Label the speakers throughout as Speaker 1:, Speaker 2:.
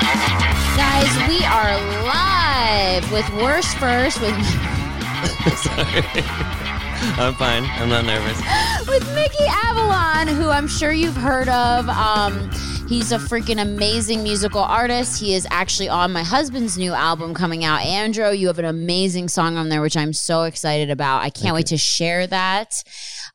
Speaker 1: Guys, we are live with Worst First with,
Speaker 2: Sorry. I'm fine. I'm not nervous.
Speaker 1: with Mickey Avalon, who I'm sure you've heard of. Um, he's a freaking amazing musical artist. He is actually on my husband's new album coming out. Andrew, you have an amazing song on there, which I'm so excited about. I can't wait to share that.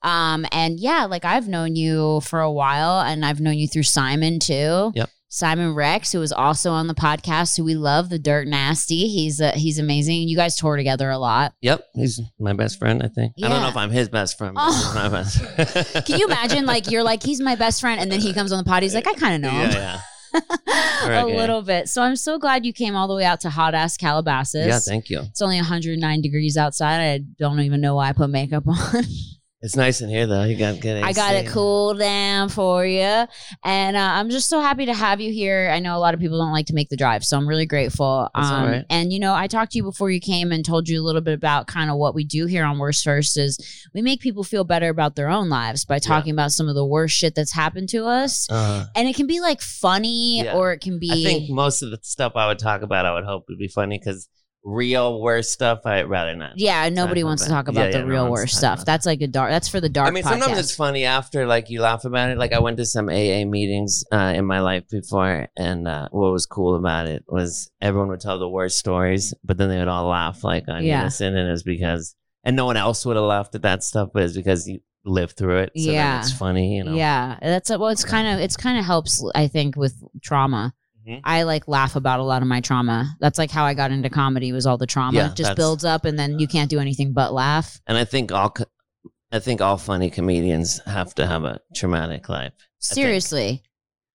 Speaker 1: Um, and yeah, like I've known you for a while, and I've known you through Simon too.
Speaker 2: Yep.
Speaker 1: Simon Rex, who is also on the podcast, who we love, the Dirt Nasty. He's uh, he's amazing. You guys tour together a lot.
Speaker 2: Yep, he's my best friend. I think. I don't
Speaker 1: Yeah.
Speaker 2: know if I'm his best friend. But
Speaker 1: Oh.
Speaker 2: he's my best.
Speaker 1: Can you imagine? Like you're like he's my best friend, and then he comes on the pod. He's like, I kind of know him
Speaker 2: Yeah,
Speaker 1: a
Speaker 2: Okay.
Speaker 1: little bit. So I'm so glad you came all the way out to hot ass
Speaker 2: yeah.
Speaker 1: Calabasas.
Speaker 2: yeah. Thank you.
Speaker 1: it's only 109 degrees outside. I don't even know why I put makeup on.
Speaker 2: It's nice in here though. You got good.
Speaker 1: I got it
Speaker 2: AC.
Speaker 1: cool down for you. And uh, I'm just so happy to have you here. I know a lot of people don't like to make the drive, so I'm really grateful. Um,
Speaker 2: That's all right.
Speaker 1: And, you know, I talked to you before you came and told you a little bit about kind of what we do here on Worst First is we make people feel better about their own lives by talking about some of the worst shit that's happened to us.
Speaker 2: Uh,
Speaker 1: And it can be like funny
Speaker 2: Yeah.
Speaker 1: or it can be.
Speaker 2: I think most of the stuff I would talk about, I would hope would be funny because real worst stuff, I'd rather not.
Speaker 1: yeah, nobody
Speaker 2: Talk
Speaker 1: wants to
Speaker 2: about-
Speaker 1: talk about
Speaker 2: yeah,
Speaker 1: the
Speaker 2: yeah, no
Speaker 1: real
Speaker 2: one's
Speaker 1: worst
Speaker 2: talking
Speaker 1: stuff.
Speaker 2: about
Speaker 1: That's like a dark. That's for the dark.
Speaker 2: I mean, sometimes
Speaker 1: podcast.
Speaker 2: it's funny after, like you laugh about it. Like I went to some AA meetings uh, in my life before, and uh, what was cool about it was everyone would tell the worst stories, but then they would all laugh like on
Speaker 1: Yeah.
Speaker 2: unison, and it was because, and no one else would have laughed at that stuff, but it's because you lived through it. So then
Speaker 1: Yeah.
Speaker 2: it's funny, you know.
Speaker 1: Yeah, that's well. It's kind of it's kind of helps. I think with trauma,
Speaker 2: Mhm.
Speaker 1: I like laugh about a lot of my trauma. That's like how I got into comedy was all the trauma
Speaker 2: Yeah,
Speaker 1: It just
Speaker 2: that's-
Speaker 1: builds up, and then you can't do anything but laugh.
Speaker 2: And I think all, co- I think all funny comedians have to have a traumatic life.
Speaker 1: Seriously.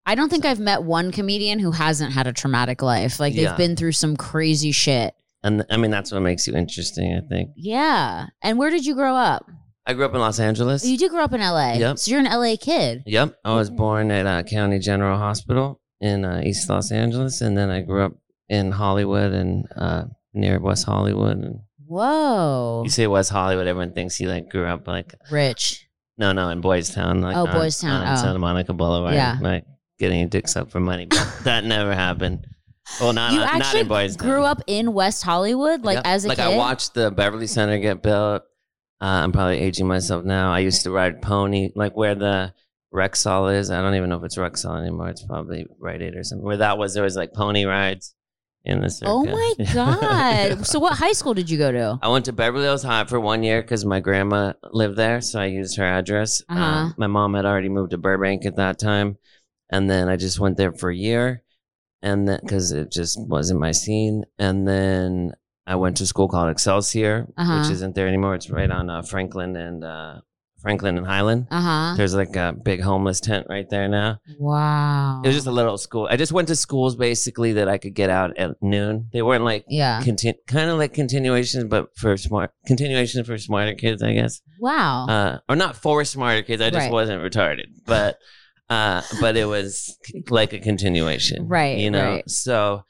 Speaker 1: I don't think I've met one comedian who hasn't had a traumatic life. Like they've
Speaker 2: Yeah.
Speaker 1: been through some crazy shit.
Speaker 2: And I mean, that's what makes you interesting. I think
Speaker 1: Yeah. And where did you grow up?
Speaker 2: I grew up in Los Angeles.
Speaker 1: You did grow up in LA.
Speaker 2: Yep.
Speaker 1: So you're an LA kid.
Speaker 2: Yep. I was born at uh, County General Hospital in uh, East Los Angeles, and then I grew up in Hollywood and uh, near West Hollywood. And
Speaker 1: Whoa.
Speaker 2: you say West Hollywood, everyone thinks you like grew up like
Speaker 1: Rich.
Speaker 2: no, no, in Boys Town, like
Speaker 1: Oh,
Speaker 2: on-
Speaker 1: Boys Town,
Speaker 2: on
Speaker 1: oh.
Speaker 2: Santa Monica Boulevard,
Speaker 1: Yeah.
Speaker 2: like getting your dicks up for money. But that never happened. Well, not uh,
Speaker 1: you
Speaker 2: not
Speaker 1: actually
Speaker 2: in Boys Town.
Speaker 1: grew up in West Hollywood, like
Speaker 2: Yep.
Speaker 1: as a
Speaker 2: like
Speaker 1: kid.
Speaker 2: I watched the Beverly Center get built. Uh, I'm probably aging myself now. I used to ride pony, like where the Rexall is. I don't even know if it's Rexall anymore. It's probably Rite Aid or something. Where that was, there was like pony rides in the circuit.
Speaker 1: Oh my god! so what high school did you go to?
Speaker 2: I went to Beverly Hills High for one year because my grandma lived there, so I used her address.
Speaker 1: Uh-huh.
Speaker 2: Um, my mom had already moved to Burbank at that time, and then I just went there for a year, and then because it just wasn't my scene, and then I went to school called Excelsior,
Speaker 1: Uh-huh.
Speaker 2: which isn't there anymore. It's right on uh, Franklin and uh, Franklin and Highland.
Speaker 1: Uh huh.
Speaker 2: There's like a big homeless tent right there now.
Speaker 1: Wow.
Speaker 2: It was just a little school. I just went to schools basically that I could get out at noon. They weren't like
Speaker 1: yeah.
Speaker 2: Contin- kind of like continuation, but for smart continuation for smarter kids, I guess.
Speaker 1: Wow.
Speaker 2: Uh, or not for smarter kids. I
Speaker 1: Oh.
Speaker 2: just
Speaker 1: Right.
Speaker 2: wasn't retarded, but uh, but it was c- like a continuation,
Speaker 1: Right,
Speaker 2: You know.
Speaker 1: right.
Speaker 2: So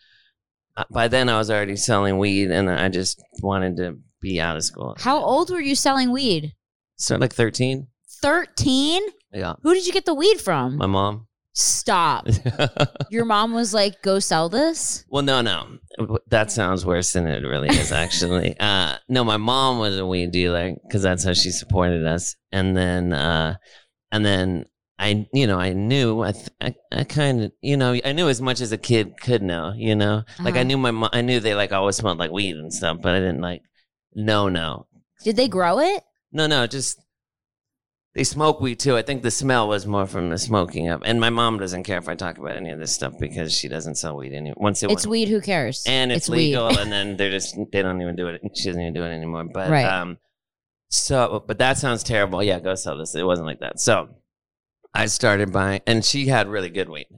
Speaker 2: uh, by then, I was already selling weed, and I just wanted to be out of school.
Speaker 1: How old were you selling weed?
Speaker 2: So like thirteen.
Speaker 1: Thirteen.
Speaker 2: Yeah,
Speaker 1: Who did you get the weed from?
Speaker 2: my mom.
Speaker 1: Stop. Your mom was like, "Go sell this."
Speaker 2: Well, no, no. That sounds worse than it really is, actually. uh, no, my mom was a weed dealer because that's how she supported us. And then, uh, and then I, you know, I knew, I, th- I, I kind of, you know, I knew as much as a kid could know, you know, like I
Speaker 1: Uh-huh.
Speaker 2: knew my mom, I knew they like always smelled like weed and stuff, but I didn't like, no, no,
Speaker 1: Did they grow it?
Speaker 2: no, no, just they smoke weed too. I think the smell was more from the smoking up. And my mom doesn't care if I talk about any of this stuff because she doesn't sell weed anymore. Once it
Speaker 1: It's
Speaker 2: went-
Speaker 1: weed. Who cares?
Speaker 2: and it's,
Speaker 1: weed.
Speaker 2: legal and then they're just they don't even do it she doesn't even do it anymore but
Speaker 1: Right.
Speaker 2: um so but that sounds terrible yeah go sell this it wasn't like that so i started buying and she had really good weed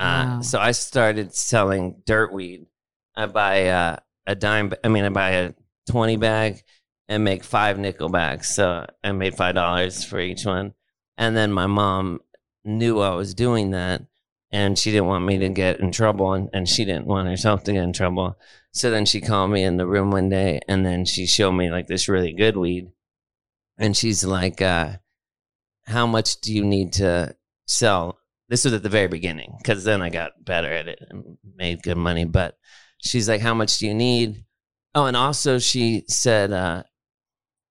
Speaker 2: uh,
Speaker 1: Wow.
Speaker 2: so i started selling dirt weed i buy uh, a dime ba- i mean i buy a 20 bag and make five nickel bags so i made five dollars for each one and then my mom knew i was doing that and she didn't want me to get in trouble and, and she didn't want herself to get in trouble so then she called me in the room one day and then she showed me like this really good weed and she's like uh how much do you need to sell? This was at the very beginning because then I got better at it and made good money. But she's like, how much do you need? Oh, and also she said uh,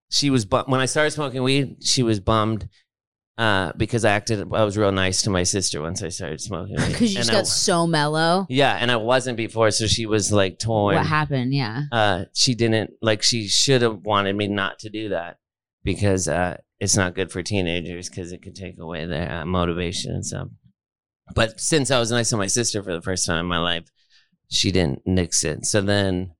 Speaker 2: she was bum- when I started smoking weed, she was bummed uh, because I acted. I was real nice to my sister once I started smoking weed.
Speaker 1: Because you
Speaker 2: And
Speaker 1: just
Speaker 2: I-
Speaker 1: got so mellow.
Speaker 2: yeah, and I wasn't before, so she was like torn
Speaker 1: What happened? Yeah.
Speaker 2: uh, she didn't like she should have wanted me not to do that because uh, it's not good for teenagers because it could take away their uh, motivation and stuff. But since I was nice to my sister for the first time in my life, she didn't nix it. So then,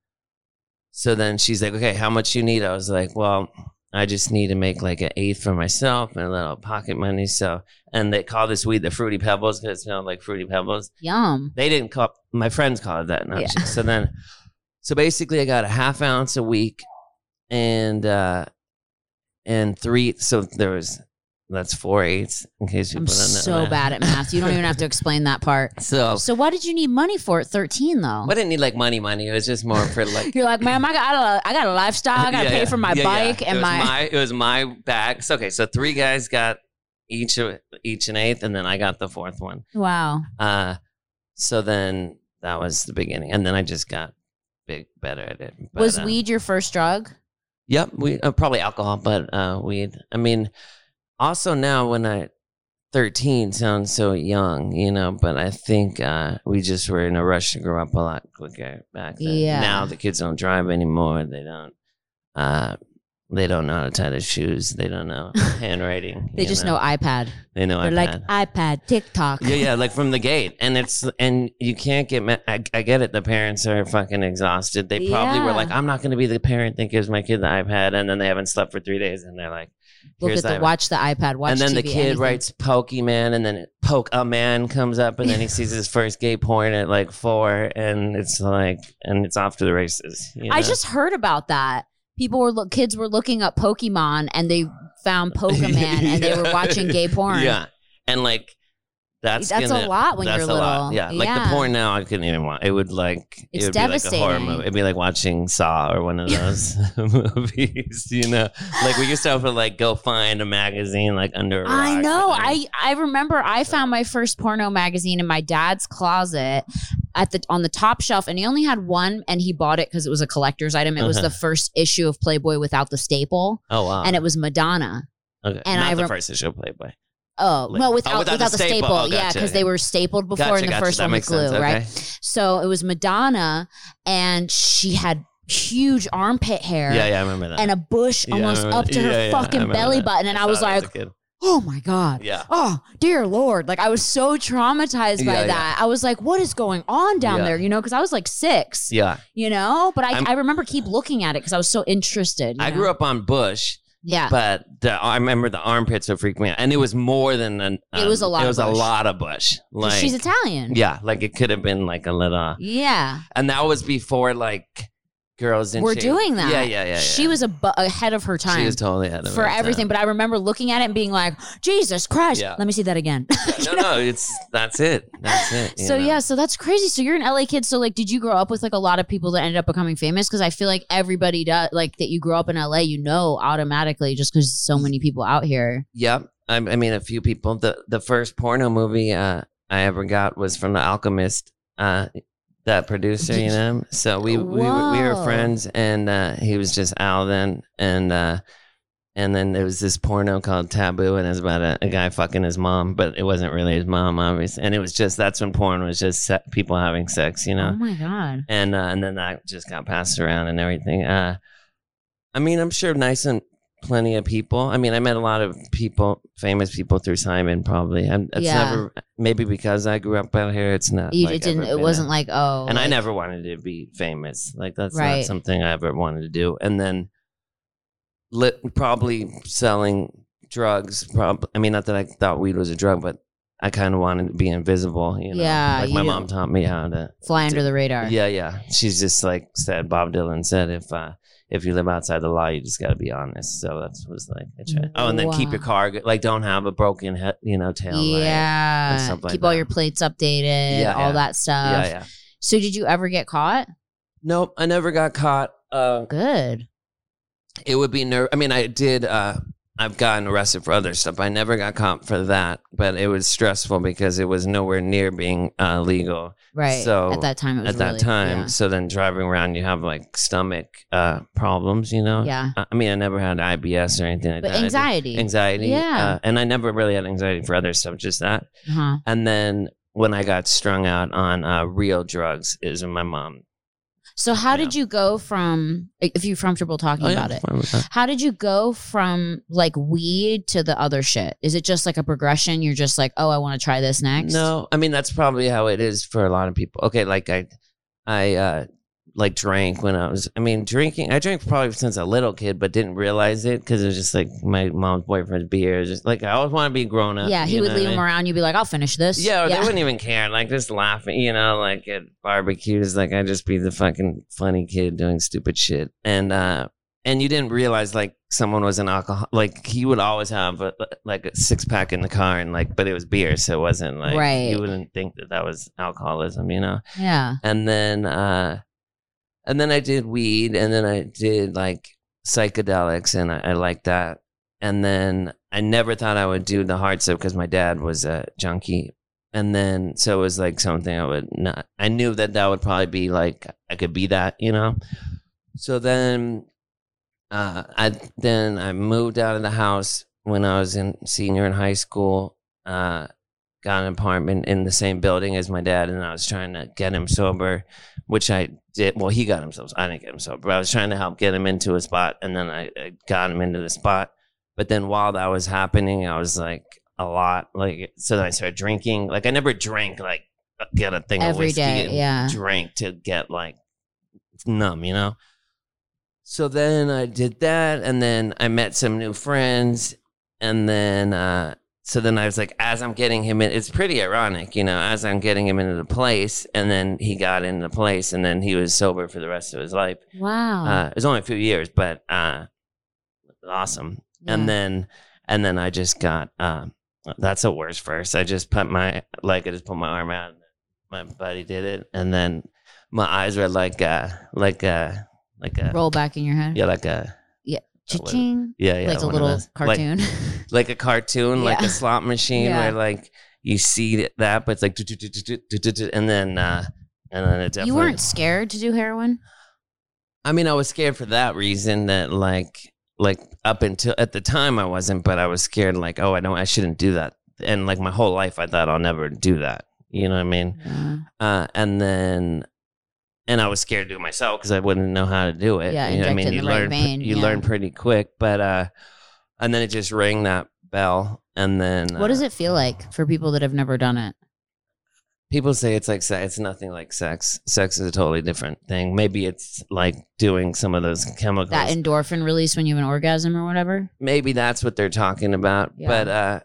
Speaker 2: so then she's like, "Okay, how much you need?" I was like, "Well, I just need to make like an eighth for myself and a little pocket money." So, and they call this weed the fruity pebbles because it smelled like fruity pebbles
Speaker 1: Yum.
Speaker 2: they didn't call my friends called it that not
Speaker 1: Yeah.
Speaker 2: she. so then so basically i got a half ounce a week and uh and three so there was that's four eighths in case you
Speaker 1: I'm
Speaker 2: put on that
Speaker 1: so
Speaker 2: math.
Speaker 1: bad at math. You don't even have to explain that part.
Speaker 2: so
Speaker 1: So why did you need money for at 13 though?
Speaker 2: i didn't need like money money it was just more for like
Speaker 1: You're like, man, I got, I got a lifestyle. I got to
Speaker 2: Yeah,
Speaker 1: pay
Speaker 2: yeah.
Speaker 1: for my
Speaker 2: Yeah, yeah.
Speaker 1: bike
Speaker 2: it
Speaker 1: and
Speaker 2: was
Speaker 1: my,
Speaker 2: it was my bags okay so three guys got each of each an eighth and then i got the fourth one
Speaker 1: Wow.
Speaker 2: uh so then that was the beginning and then i just got big better at it But,
Speaker 1: was
Speaker 2: uh,
Speaker 1: weed your first drug?
Speaker 2: Yep, we uh, probably alcohol, but uh, weed. I mean, also now when I thirteen sounds so young, you know. But I think uh, we just were in a rush to grow up a lot quicker back then.
Speaker 1: Yeah.
Speaker 2: Now the kids don't drive anymore. They don't. Uh, they don't know how to tie their shoes. They don't know handwriting.
Speaker 1: They
Speaker 2: you
Speaker 1: just know, iPad.
Speaker 2: They know.
Speaker 1: They're
Speaker 2: iPad.
Speaker 1: like iPad, TikTok.
Speaker 2: Yeah, yeah, like from the gate, and it's and you can't get. Ma- I, I get it. The parents are fucking exhausted. They probably were
Speaker 1: Yeah.
Speaker 2: like, "I'm not going to be the parent that gives my kid the iPad," and then they haven't slept for three days, and they're like,
Speaker 1: Look
Speaker 2: "Here's
Speaker 1: at the
Speaker 2: iPad."
Speaker 1: watch the iPad, watch
Speaker 2: and then the
Speaker 1: TV,
Speaker 2: kid
Speaker 1: anything.
Speaker 2: writes Pokemon, and then Poke a Man comes up, and then he sees his first gay porn at like four, and it's like, and it's off to the races. you
Speaker 1: I
Speaker 2: know?
Speaker 1: just heard about that. People were look, kids were looking up Pokemon and they found Pokemon and they were
Speaker 2: Yeah.
Speaker 1: watching gay porn.
Speaker 2: yeah, and like that's
Speaker 1: That's,
Speaker 2: gonna-
Speaker 1: a lot when you're
Speaker 2: That's
Speaker 1: little.
Speaker 2: a lot. Yeah. Like the porn now, I couldn't even watch. It would like,
Speaker 1: It's
Speaker 2: it would be like a horror
Speaker 1: devastating.
Speaker 2: movie. It'd be like watching Saw or one of those movies, you know? Like we used to have to like go find a magazine like under a
Speaker 1: I
Speaker 2: rock
Speaker 1: know.
Speaker 2: or-
Speaker 1: I I remember I found my first porno magazine in my dad's closet at the on the top shelf, and he only had one, and he bought it because it was a collector's item. It was
Speaker 2: Uh-huh.
Speaker 1: the first issue of Playboy without the staple,
Speaker 2: Oh, wow.
Speaker 1: and it was Madonna.
Speaker 2: okay.
Speaker 1: and
Speaker 2: Not
Speaker 1: I
Speaker 2: the
Speaker 1: rem-
Speaker 2: first issue of Playboy.
Speaker 1: Oh
Speaker 2: Like-
Speaker 1: no,
Speaker 2: oh,
Speaker 1: without, without, the staple,
Speaker 2: Oh,
Speaker 1: yeah,
Speaker 2: gotcha,
Speaker 1: because
Speaker 2: yeah.
Speaker 1: they were stapled before,
Speaker 2: Gotcha,
Speaker 1: and the
Speaker 2: gotcha.
Speaker 1: first
Speaker 2: That
Speaker 1: one was
Speaker 2: makes
Speaker 1: glue,
Speaker 2: sense. Okay.
Speaker 1: right? So it was Madonna, and she had huge armpit hair
Speaker 2: Yeah, yeah, I remember that.
Speaker 1: and a bush
Speaker 2: Yeah, I
Speaker 1: almost
Speaker 2: remember
Speaker 1: up
Speaker 2: that.
Speaker 1: to
Speaker 2: Yeah,
Speaker 1: her
Speaker 2: yeah, I
Speaker 1: fucking
Speaker 2: remember
Speaker 1: belly
Speaker 2: that.
Speaker 1: button, and I, was
Speaker 2: saw that as
Speaker 1: like,
Speaker 2: a kid.
Speaker 1: oh my god,
Speaker 2: yeah.
Speaker 1: oh dear lord like i was so traumatized by
Speaker 2: Yeah,
Speaker 1: that i was like what is going on down
Speaker 2: Yeah.
Speaker 1: there you know because i was like six
Speaker 2: Yeah.
Speaker 1: you know but I,
Speaker 2: I'm-
Speaker 1: I remember keep looking at it because i was so interested you
Speaker 2: I
Speaker 1: know?
Speaker 2: grew up on Bush,
Speaker 1: yeah
Speaker 2: but the, I remember the armpits would freak me out. And it was more than an. um,
Speaker 1: It was a lot
Speaker 2: It
Speaker 1: of
Speaker 2: was a
Speaker 1: Bush.
Speaker 2: lot of Bush.
Speaker 1: 'Cause
Speaker 2: Like,
Speaker 1: she's italian
Speaker 2: Yeah, like it could have been like a little.
Speaker 1: yeah
Speaker 2: And that was before like girls in
Speaker 1: we're
Speaker 2: shape.
Speaker 1: doing that
Speaker 2: Yeah, yeah, yeah. yeah.
Speaker 1: she was ab- ahead of her
Speaker 2: She
Speaker 1: time
Speaker 2: was totally ahead of
Speaker 1: for
Speaker 2: her time.
Speaker 1: everything but i remember looking at it and being like jesus christ
Speaker 2: Yeah.
Speaker 1: let me see that again
Speaker 2: no, no, it's that's it. That's it. you
Speaker 1: so
Speaker 2: know?
Speaker 1: yeah so that's crazy so you're an la kid so like did you grow up with like a lot of people that ended up becoming famous because i feel like everybody does like that you grow up in la you know automatically just because so many people out here
Speaker 2: Yep. I, I mean, a few people. The the first porno movie uh, I ever got was from The Alchemist, uh, that producer, you know. So we we, were- we were
Speaker 1: Whoa.
Speaker 2: friends, and uh, he was just Al then, and uh, and then there was this porno called Taboo, and it was about a, a guy fucking his mom, but it wasn't really his mom, obviously. And it was just that's when porn was just se- people having sex, you know
Speaker 1: oh my god
Speaker 2: and uh, and then that just got passed around and everything. Uh, I mean, I'm sure nice and plenty of people. I mean, I met a lot of people, famous people through Simon. Probably, I'm, it's
Speaker 1: Yeah.
Speaker 2: never maybe because I grew up out here. It's not.
Speaker 1: you,
Speaker 2: like,
Speaker 1: it didn't
Speaker 2: ever
Speaker 1: it
Speaker 2: been
Speaker 1: wasn't
Speaker 2: a-
Speaker 1: like oh
Speaker 2: and I
Speaker 1: like-
Speaker 2: never wanted to be famous. Like that's
Speaker 1: Right.
Speaker 2: not something I ever wanted to do. And then, lit, probably selling drugs. Probably, I mean, not that I thought weed was a drug, but I kind of wanted to be invisible. You know,
Speaker 1: Yeah,
Speaker 2: like my
Speaker 1: you-
Speaker 2: mom taught me how to
Speaker 1: fly under the radar
Speaker 2: yeah, yeah. She's just like said Bob Dylan said, if uh, if you live outside the law, you just got to be honest. So that's was like I tried. Oh, and then keep your
Speaker 1: Mm, Wow.
Speaker 2: car good. like don't have a broken head, you know, tail. light.
Speaker 1: Yeah.
Speaker 2: and stuff like
Speaker 1: keep all
Speaker 2: that.
Speaker 1: your plates updated
Speaker 2: Yeah,
Speaker 1: all
Speaker 2: yeah.
Speaker 1: that stuff
Speaker 2: yeah, yeah.
Speaker 1: so did you ever get caught
Speaker 2: Nope, I never got caught. Uh,
Speaker 1: good
Speaker 2: it would be nerve. I mean, I did. Uh, I've gotten arrested for other stuff. I never got caught for that, but it was stressful because it was nowhere near being uh, legal
Speaker 1: Right.
Speaker 2: So,
Speaker 1: at that time, it was
Speaker 2: at that
Speaker 1: really-
Speaker 2: time.
Speaker 1: yeah.
Speaker 2: So then driving around, you have like stomach uh, problems, you know?
Speaker 1: Yeah.
Speaker 2: I I mean, I never had IBS or anything like
Speaker 1: But
Speaker 2: that. I just-
Speaker 1: anxiety.
Speaker 2: Anxiety.
Speaker 1: Yeah.
Speaker 2: Uh, and I never really had anxiety for other stuff, just that.
Speaker 1: huh.
Speaker 2: And then when I got strung out on uh, real drugs, is when my mom.
Speaker 1: So how
Speaker 2: Yeah. Oh,
Speaker 1: did you go from if you're comfortable talking about it?
Speaker 2: Fine with that.
Speaker 1: How did you go from like weed to the other shit? Is it just like a progression? You're just like, oh, I want to try this next.
Speaker 2: No, I mean that's probably how it is for a lot of people. Okay, like I, I uh, like drank when I was. I mean, drinking. I drank probably since a little kid, but didn't realize it because it was just like my mom's boyfriend's beer. Just like I always want to be grown up.
Speaker 1: yeah, he
Speaker 2: you
Speaker 1: would
Speaker 2: know
Speaker 1: leave
Speaker 2: what I
Speaker 1: him
Speaker 2: mean?
Speaker 1: around. You'd be like, I'll finish this.
Speaker 2: Yeah, or they wouldn't even care. Like just laughing, you know, like at barbecues. Like I'd just be the fucking funny kid doing stupid shit, and uh, and you didn't realize like someone was an alcohol. Like he would always have a, like a six pack in the car, and like, but it was beer, so it wasn't like
Speaker 1: Right.
Speaker 2: you wouldn't think that that was alcoholism, you know.
Speaker 1: yeah.
Speaker 2: And then uh, and then I did weed, and then I did like psychedelics, and I, I liked that. And then I never thought I would do the hard stuff because my dad was a junkie. And then so it was like something I would not. I knew that that would probably be like I could be that, you know. So then, uh, I then I moved out of the house when I was in senior in high school. Uh, got an apartment in the same building as my dad, and I was trying to get him sober, which I did. Well, he got himself. I didn't get him sober, but I was trying to help get him into a spot, and then I, I got him into the spot. But then while that was happening, I was like a lot like. So then I started drinking. Like I never drank like uh, get a thing of
Speaker 1: Every
Speaker 2: whiskey
Speaker 1: day.
Speaker 2: and
Speaker 1: Yeah.
Speaker 2: drank to get like numb, you know? So then I did that and then I met some new friends and then uh so then I was like as I'm getting him in it's pretty ironic, you know, as I'm getting him into the place and then he got into the place and then he was sober for the rest of his life.
Speaker 1: Wow.
Speaker 2: Uh it was only a few years, but uh awesome
Speaker 1: Yeah.
Speaker 2: and then and then I just got um that's a worse verse. I just put my like I just put my arm out and my buddy did it and then my eyes were like a like a like a
Speaker 1: roll back in your head.
Speaker 2: yeah like a
Speaker 1: Cha-ching.
Speaker 2: yeah yeah
Speaker 1: like a
Speaker 2: one of
Speaker 1: little
Speaker 2: those. Like-
Speaker 1: cartoon.
Speaker 2: like a cartoon, like
Speaker 1: Yeah.
Speaker 2: a slot machine
Speaker 1: Yeah.
Speaker 2: where like you see th- that, but it's like do, do, do, do, do, do, do, and then uh, and then it definitely.
Speaker 1: you weren't scared to do heroin.
Speaker 2: I mean, I was scared for that reason that like like up until at the time I wasn't, but I was scared like oh I don't I shouldn't do that, and like my whole life I thought I'll never do that. You know what I mean?
Speaker 1: Uh,
Speaker 2: Uh, and then. And I was scared to do it myself because I wouldn't know how to do it.
Speaker 1: Yeah,
Speaker 2: you know what
Speaker 1: inject
Speaker 2: I
Speaker 1: it
Speaker 2: mean.
Speaker 1: in
Speaker 2: you
Speaker 1: the right
Speaker 2: learn, pre-
Speaker 1: vein,
Speaker 2: you
Speaker 1: yeah.
Speaker 2: learn pretty quick, but uh, and then it just rang that bell, and then
Speaker 1: what
Speaker 2: uh,
Speaker 1: does it feel like for people that have never done it?
Speaker 2: people say it's like se- it's nothing like sex. Sex is a totally different thing. Maybe it's like doing some of those chemicals.
Speaker 1: That endorphin release when you have an orgasm or whatever.
Speaker 2: Maybe that's what they're talking about.
Speaker 1: Yeah.
Speaker 2: But uh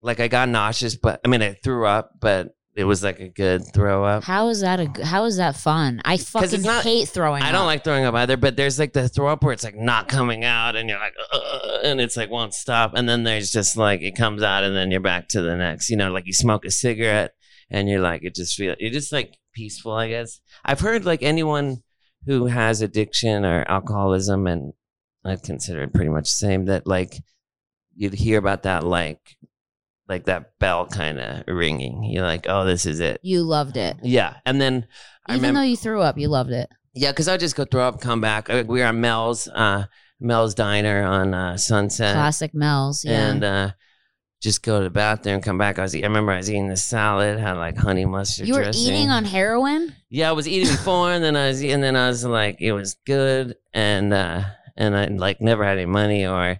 Speaker 2: like I got nauseous, but I mean I threw up, but it was like a good throw up.
Speaker 1: How is that a? g- How is that fun? I fucking
Speaker 2: it's not-
Speaker 1: hate throwing.
Speaker 2: I don't
Speaker 1: up.
Speaker 2: like throwing up either, but there's like the throw up where it's like not coming out and you're like, "Ugh," and it's like won't stop. And then there's just like it comes out and then you're back to the next, you know, like you smoke a cigarette and you're like, it just feels, it's just like peaceful, I guess. I've heard like anyone who has addiction or alcoholism and I'd consider it pretty much the same that like you'd hear about that, like, like that bell kind of ringing. You're like, oh, this is it.
Speaker 1: You loved it,
Speaker 2: Yeah. And then I
Speaker 1: even
Speaker 2: remember.
Speaker 1: though you threw up. You loved it.
Speaker 2: Yeah, because I just go throw up, come back. I, we were at Mel's, uh, Mel's Diner on uh, Sunset,
Speaker 1: Classic Mel's. Yeah.
Speaker 2: and uh, just go to the bathroom, come back. I was, eat- I remember I was eating the salad, had like honey mustard.
Speaker 1: you were
Speaker 2: dressing.
Speaker 1: eating on heroin.
Speaker 2: Yeah, I was eating before, and then I was, and then I was like, it was good, and uh, and I like never had any money or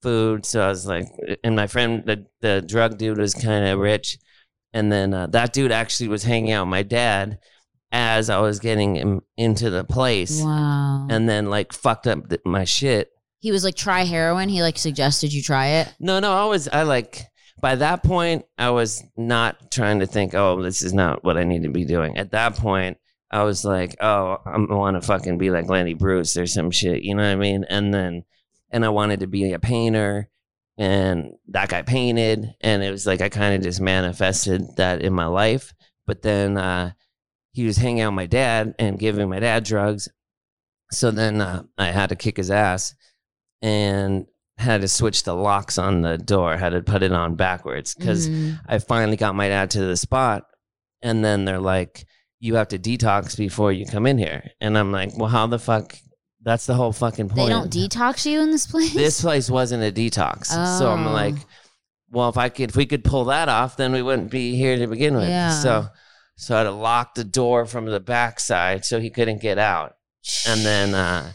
Speaker 2: food, so I was like, and my friend, the the drug dude was kind of rich, and then uh, that dude actually was hanging out with my dad as I was getting him into the place
Speaker 1: Wow.
Speaker 2: and then like fucked up th- my shit.
Speaker 1: he was like, try heroin. He like suggested you try it.
Speaker 2: No, no, I was I like by that point I was not trying to think, oh, this is not what I need to be doing. At that point, I was like, oh, I want to fucking be like Lenny Bruce or some shit, you know what I mean? And then and I wanted to be a painter and that guy painted and it was like I kind of just manifested that in my life, but then uh he was hanging out with my dad and giving my dad drugs. So then uh, I had to kick his ass and had to switch the locks on the door, had to put it on backwards because
Speaker 1: Mhm.
Speaker 2: I finally got my dad to the spot. And then they're like, you have to detox before you come in here. And I'm like, well, how the fuck? That's the whole fucking point.
Speaker 1: they don't detox you in this place.
Speaker 2: this place wasn't a detox. So I'm
Speaker 1: Oh.
Speaker 2: like, well, if I could, if we could pull that off, then we wouldn't be here to begin with.
Speaker 1: Yeah.
Speaker 2: So, so I had to lock the door from the backside so he couldn't get out. And then, uh,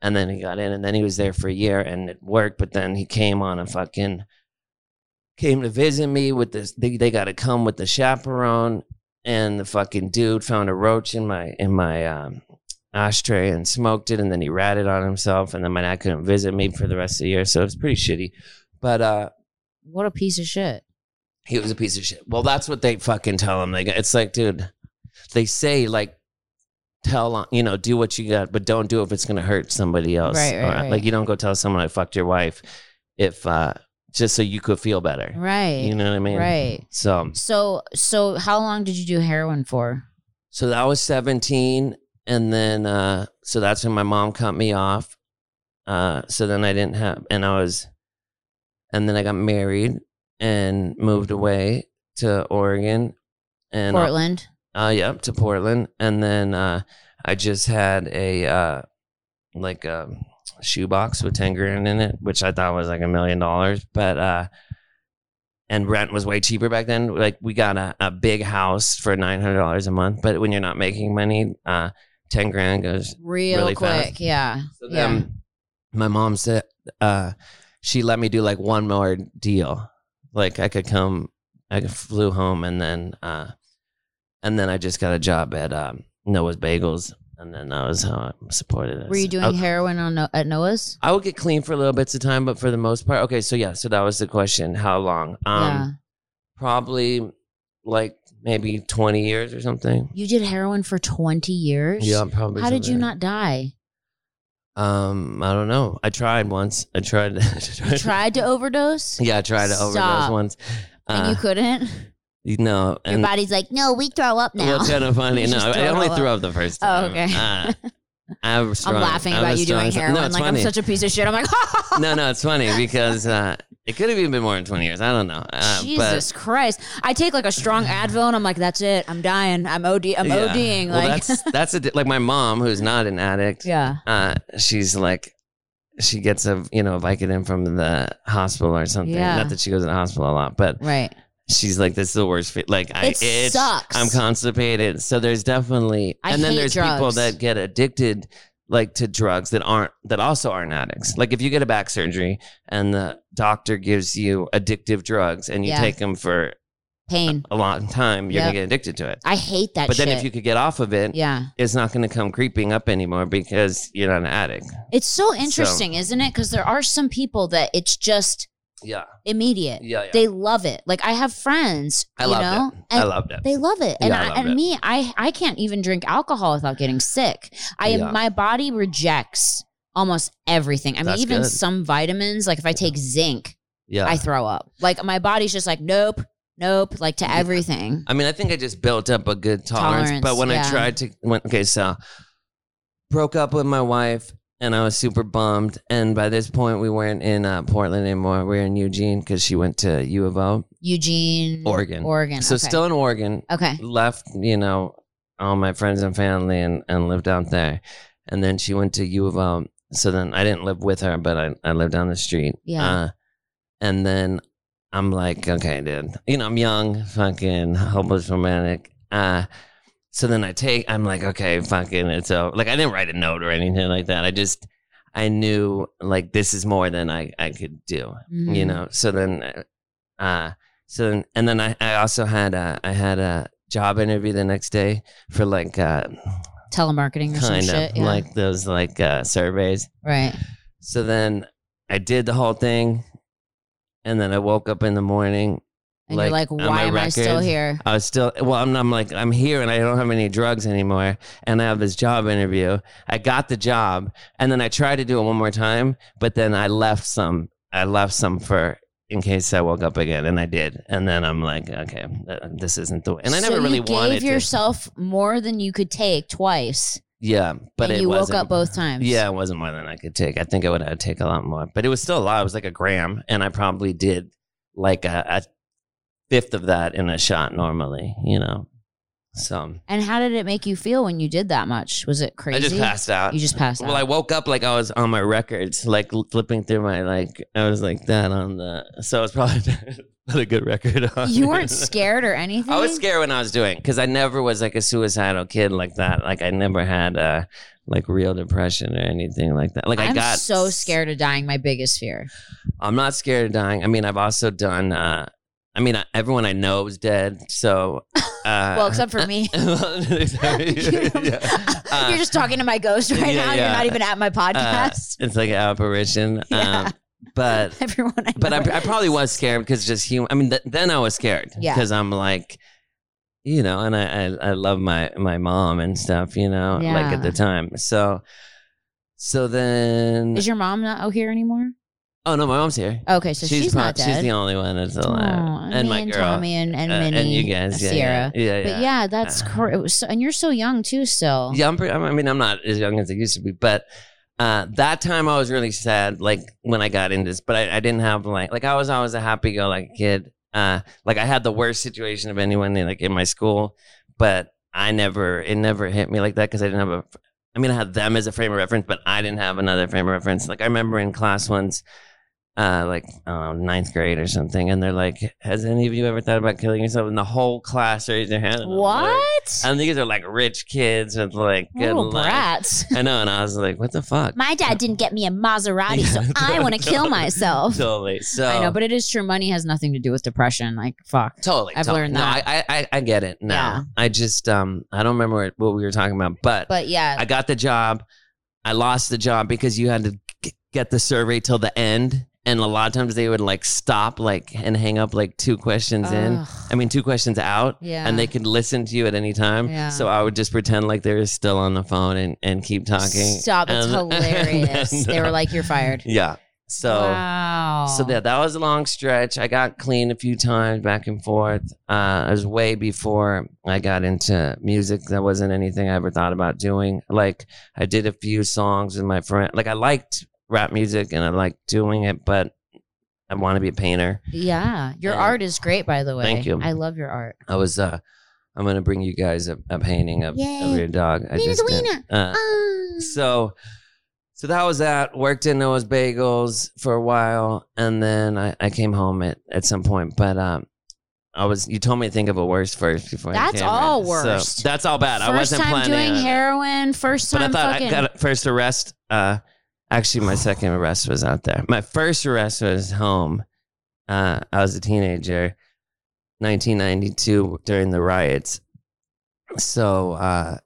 Speaker 2: and then he got in and then he was there for a year and it worked. But then he came on a fucking, came to visit me with this, they, they got to come with the chaperone and the fucking dude found a roach in my, in my, um, ashtray and smoked it and then he ratted on himself and then my dad couldn't visit me for the rest of the year so it's pretty shitty but uh
Speaker 1: what a piece of shit.
Speaker 2: he was a piece of shit well that's what they fucking tell him they got it's like dude they say like tell on you know do what you got but don't do it if it's gonna hurt somebody else
Speaker 1: Right, right, right.
Speaker 2: like you don't go tell someone i fucked your wife if uh just so you could feel better
Speaker 1: Right.
Speaker 2: you know what i mean
Speaker 1: Right.
Speaker 2: so
Speaker 1: So so how long did you do heroin for?
Speaker 2: So that was 17. And then, uh, so that's when my mom cut me off. Uh, so then I didn't have, and I was, and then I got married and
Speaker 1: Mm-hmm.
Speaker 2: moved away to Oregon and,
Speaker 1: Portland.
Speaker 2: uh, yep, to Portland. And then, uh, I just had a, uh, like a shoebox with 10 grand in it, which I thought was like a million dollars, but, uh, and rent was way cheaper back then. Like we got a, a big house for nine hundred dollars a month, but when you're not making money, uh, ten grand goes.
Speaker 1: Real
Speaker 2: really
Speaker 1: quick.
Speaker 2: fast.
Speaker 1: Yeah.
Speaker 2: So then my mom said uh, she let me do like one more deal, like I could come. I flew home and then uh, and then I just got a job at um, Noah's Bagels, and then that was how I supported it.
Speaker 1: Were you doing
Speaker 2: I-
Speaker 1: heroin on No- at Noah's?
Speaker 2: I would get clean for a little bits of time, but for the most part, okay. So yeah, so that was the question: how long? Um,
Speaker 1: yeah.
Speaker 2: probably like maybe 20 years or something.
Speaker 1: You did heroin for 20 years?
Speaker 2: Yeah, probably.
Speaker 1: How did you
Speaker 2: something.
Speaker 1: not die?
Speaker 2: Um, I don't know. I tried once. I tried. I tried
Speaker 1: You tried to overdose?
Speaker 2: Yeah, I tried to
Speaker 1: Stop.
Speaker 2: overdose once.
Speaker 1: And you
Speaker 2: Uh,
Speaker 1: couldn't?
Speaker 2: you know,
Speaker 1: Your
Speaker 2: and
Speaker 1: body's like, no, we throw up now.
Speaker 2: well, it's kind of funny.
Speaker 1: You
Speaker 2: no,
Speaker 1: just throw
Speaker 2: I
Speaker 1: it
Speaker 2: only
Speaker 1: all
Speaker 2: threw up the first time.
Speaker 1: Oh, okay.
Speaker 2: Uh, I'm,
Speaker 1: I'm
Speaker 2: strong-
Speaker 1: laughing
Speaker 2: I'm
Speaker 1: about
Speaker 2: a
Speaker 1: you doing
Speaker 2: strong-
Speaker 1: heroin.
Speaker 2: No, it's
Speaker 1: like,
Speaker 2: funny.
Speaker 1: I'm such a piece of shit. I'm like,
Speaker 2: no, no, it's funny because uh, it could have even more than 20 years. I don't know. Uh, But,
Speaker 1: Jesus Christ. I take like a strong Advil and I'm like, that's it. I'm dying. I'm OD. I'm
Speaker 2: yeah.
Speaker 1: ODing.
Speaker 2: Well,
Speaker 1: Like,
Speaker 2: that's that's a, di- like my mom, who's not an addict.
Speaker 1: yeah.
Speaker 2: uh, she's like, she gets a you know Vicodin from the hospital or something.
Speaker 1: Yeah.
Speaker 2: Not that she goes to the hospital a lot, but
Speaker 1: Right.
Speaker 2: she's like, this is the worst. Fe- like I
Speaker 1: It
Speaker 2: itch,
Speaker 1: sucks.
Speaker 2: I'm constipated. So there's definitely,
Speaker 1: I
Speaker 2: and then
Speaker 1: hate
Speaker 2: there's people
Speaker 1: drugs.
Speaker 2: that get addicted like to drugs that aren't that also aren't addicts. Like if you get a back surgery and the doctor gives you addictive drugs and you
Speaker 1: Yeah.
Speaker 2: take them for
Speaker 1: Pain.
Speaker 2: a long time, you're
Speaker 1: Yep.
Speaker 2: gonna get addicted to it.
Speaker 1: I hate that
Speaker 2: But
Speaker 1: shit.
Speaker 2: then if you could get off of it,
Speaker 1: yeah.
Speaker 2: it's not gonna come creeping up anymore because you're not an addict.
Speaker 1: It's so interesting, isn't it? Because there are some people that it's just
Speaker 2: Yeah.
Speaker 1: immediate.
Speaker 2: Yeah. yeah.
Speaker 1: They love it. Like I have friends,
Speaker 2: I
Speaker 1: you
Speaker 2: loved
Speaker 1: know,
Speaker 2: it.
Speaker 1: and
Speaker 2: I loved it.
Speaker 1: they love it. And
Speaker 2: Yeah, I
Speaker 1: I,
Speaker 2: loved
Speaker 1: and
Speaker 2: it.
Speaker 1: me, I I can't even drink alcohol without getting sick. I am
Speaker 2: Yeah.
Speaker 1: my body rejects almost everything. I mean,
Speaker 2: That's
Speaker 1: even
Speaker 2: good.
Speaker 1: some vitamins. Like if I take zinc,
Speaker 2: yeah.
Speaker 1: I
Speaker 2: I,
Speaker 1: throw up. Like my body's just like nope, nope, like to
Speaker 2: Yeah.
Speaker 1: everything.
Speaker 2: mean, I think I just built up a good tolerance,
Speaker 1: Tolerance,
Speaker 2: but when
Speaker 1: yeah.
Speaker 2: I tried to, when, okay, so broke up with my wife and I was super bummed. And by this point, we weren't in uh, Portland anymore. We were in Eugene because she went to U of O.
Speaker 1: Eugene,
Speaker 2: Oregon.
Speaker 1: Oregon.
Speaker 2: So
Speaker 1: okay.
Speaker 2: still in Oregon,
Speaker 1: okay.
Speaker 2: left, you know, all my friends and family and, and lived out there. And then she went to U of O. So then I didn't live with her, but I, I lived down the street.
Speaker 1: Yeah.
Speaker 2: Uh, and then I'm like, okay, dude, you know, I'm young, fucking hopeless romantic. Uh, so then I take, I'm like, okay, fucking it's so like I didn't write a note or anything like that. I just, I knew like this is more than I, I could do you
Speaker 1: Mhm.
Speaker 2: know so then uh so then and then i, I also had a, i had a job interview the next day for like uh
Speaker 1: telemarketing or some
Speaker 2: kind
Speaker 1: shit.
Speaker 2: of
Speaker 1: yeah.
Speaker 2: like those like uh surveys
Speaker 1: right.
Speaker 2: so then i did the whole thing and then i woke up in the morning
Speaker 1: And you're
Speaker 2: like,
Speaker 1: like,
Speaker 2: on
Speaker 1: why
Speaker 2: my
Speaker 1: am I still
Speaker 2: record,
Speaker 1: here?
Speaker 2: i was still well I'm, I'm like i'm here and i don't have any drugs anymore and i have this job interview i got the job and then i tried to do it one more time but then i left some i left some for in case i woke up again and i did and then i'm like okay th- this isn't the way and i
Speaker 1: So
Speaker 2: never really
Speaker 1: you
Speaker 2: wanted
Speaker 1: gave yourself more than you could take twice.
Speaker 2: Yeah, but
Speaker 1: and
Speaker 2: it
Speaker 1: you
Speaker 2: wasn't.
Speaker 1: woke up both times.
Speaker 2: Yeah, it wasn't more than I could take. I think I would have take a lot more, but it was still a lot. It was like a gram, and I probably did like a, a fifth of that in a shot normally. You know, so
Speaker 1: And how did it make you feel when you did that much? Was it crazy?
Speaker 2: I just passed out.
Speaker 1: You just passed
Speaker 2: Well, I
Speaker 1: out.
Speaker 2: woke up like I was on my records, like l- flipping through my like I was like that on the. So I was probably not a good record on.
Speaker 1: you weren't scared or anything.
Speaker 2: I was scared when I was doing because I never was like a suicidal kid like that. Like I never had uh like real depression or anything like that. Like I
Speaker 1: I'm
Speaker 2: got
Speaker 1: so scared of dying. My biggest fear.
Speaker 2: I'm not scared of dying. I mean, I've also done. uh I mean, I, everyone I know is dead. So uh,
Speaker 1: Well, except for me.
Speaker 2: exactly.
Speaker 1: You're-
Speaker 2: Yeah. Uh,
Speaker 1: You're just talking to my ghost right
Speaker 2: yeah,
Speaker 1: now.
Speaker 2: yeah. Uh,
Speaker 1: You're not even at my podcast.
Speaker 2: it's like an apparition.
Speaker 1: Yeah.
Speaker 2: Um, but
Speaker 1: Everyone, I
Speaker 2: but I,
Speaker 1: know.
Speaker 2: I probably was scared because just human. I mean, th- then I was scared
Speaker 1: Yeah.
Speaker 2: because I'm like, you know, and I, I I love my my mom and stuff, you know, like at
Speaker 1: Yeah.
Speaker 2: the time. So so then,
Speaker 1: Is your mom not out here anymore?
Speaker 2: oh no, my mom's here.
Speaker 1: Okay, so she's,
Speaker 2: prob-
Speaker 1: not dead.
Speaker 2: She's the only one that's
Speaker 1: Aw,
Speaker 2: alive, and
Speaker 1: me
Speaker 2: my
Speaker 1: and
Speaker 2: girl,
Speaker 1: Tommy and, and
Speaker 2: uh,
Speaker 1: Minnie
Speaker 2: and you guys, yeah,
Speaker 1: Sierra.
Speaker 2: yeah, yeah, yeah.
Speaker 1: But yeah, that's
Speaker 2: Yeah.
Speaker 1: cor- it was so, and you're so young too. Still,
Speaker 2: Yeah, I'm pretty, I mean, I'm not as young as I used to be, but uh, that time I was really sad, like when I got into this, but I, I didn't have like, like I was always a happy go lucky kid. Uh, like I had the worst situation of anyone in, like in my school, but I never, it never hit me like that because I didn't have a, I mean, I had them as a frame of reference, but I didn't have another frame of reference. Like I remember in class once, uh, like I don't know, ninth grade or something, and they're like, "Has any of you ever thought about killing yourself?" And the whole class raised their hand. and I'm like-
Speaker 1: What?
Speaker 2: and these are like rich kids with like good
Speaker 1: Little
Speaker 2: life.
Speaker 1: brats.
Speaker 2: I know, and I was like, "What the fuck?"
Speaker 1: My dad didn't get me a Maserati, so
Speaker 2: Yeah,
Speaker 1: I want to kill
Speaker 2: totally.
Speaker 1: myself.
Speaker 2: Totally. So
Speaker 1: I know, but it is true. Money has nothing to do with depression. Like fuck.
Speaker 2: totally,
Speaker 1: I've
Speaker 2: totally.
Speaker 1: learned
Speaker 2: No,
Speaker 1: that.
Speaker 2: I, I, I- I get it now.
Speaker 1: Yeah.
Speaker 2: I just, um, I don't remember what- what we were talking about, but,
Speaker 1: But yeah,
Speaker 2: I got the job. I lost the job because you had to g- get the survey till the end, and a lot of times they would like stop, like, and hang up like two questions in.
Speaker 1: Ugh.
Speaker 2: I mean, two questions out.
Speaker 1: yeah,
Speaker 2: And they could listen to you at any time.
Speaker 1: Yeah.
Speaker 2: So I would just pretend like they were still on the phone and, and keep talking.
Speaker 1: Stop! It's
Speaker 2: And- and
Speaker 1: hilarious.
Speaker 2: then,
Speaker 1: they were
Speaker 2: uh,
Speaker 1: like, "You're fired."
Speaker 2: Yeah. So
Speaker 1: wow.
Speaker 2: so yeah, that was a long stretch. I got clean a few times back and forth. Uh, it was way before I got into music. That wasn't anything I ever thought about doing. Like I did a few songs with my friend. Like I liked rap music and I liked doing it, but I want to be a painter.
Speaker 1: Yeah, your
Speaker 2: And-
Speaker 1: art is great, by the way.
Speaker 2: Thank you.
Speaker 1: I love your art.
Speaker 2: I was. Uh, I'm gonna bring you guys a, a painting of, of
Speaker 1: Yay.
Speaker 2: your dog. I
Speaker 1: Nina's
Speaker 2: just did.
Speaker 1: wiener.
Speaker 2: Uh, so so that was that worked in noah's bagels for a while and then i, I came home at, at some point but um i was you told me to think of a worst first before I
Speaker 1: That's
Speaker 2: came in.
Speaker 1: all
Speaker 2: So
Speaker 1: worst.
Speaker 2: that's all bad i
Speaker 1: First
Speaker 2: wasn't
Speaker 1: time
Speaker 2: planning
Speaker 1: doing
Speaker 2: on it.
Speaker 1: heroin. First
Speaker 2: but i
Speaker 1: time
Speaker 2: thought
Speaker 1: fucking.
Speaker 2: i got a first arrest uh actually my second arrest was out there my first arrest was home uh i was a teenager 1992 during the riots so uh,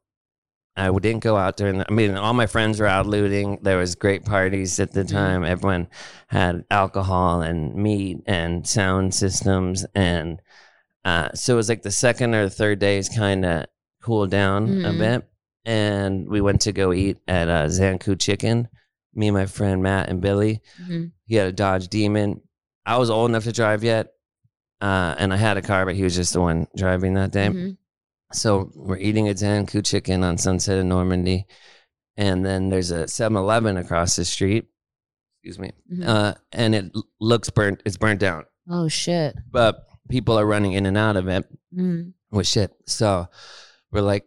Speaker 2: I didn't go out during. The, I mean, all my friends were out looting. There was great parties at
Speaker 1: Mm-hmm.
Speaker 2: the time. Everyone had alcohol and meat and sound systems, and uh, so it was like the second or third days kind of cooled down a
Speaker 1: Mhm.
Speaker 2: bit. And we went to go eat at uh, Zanku Chicken. Me and my friend Matt and Billy.
Speaker 1: Mhm.
Speaker 2: He had a Dodge Demon. I was old enough to drive yet, uh, and I had a car, but he was just the one driving that day.
Speaker 1: Mhm.
Speaker 2: So we're eating a Zanku chicken on Sunset in Normandy. And then there's a 7 Eleven across the street. Excuse me.
Speaker 1: Mhm.
Speaker 2: Uh, and it l- looks burnt. It's burnt down.
Speaker 1: Oh shit.
Speaker 2: But people are running in and out of it
Speaker 1: Mm.
Speaker 2: with shit. So we're like,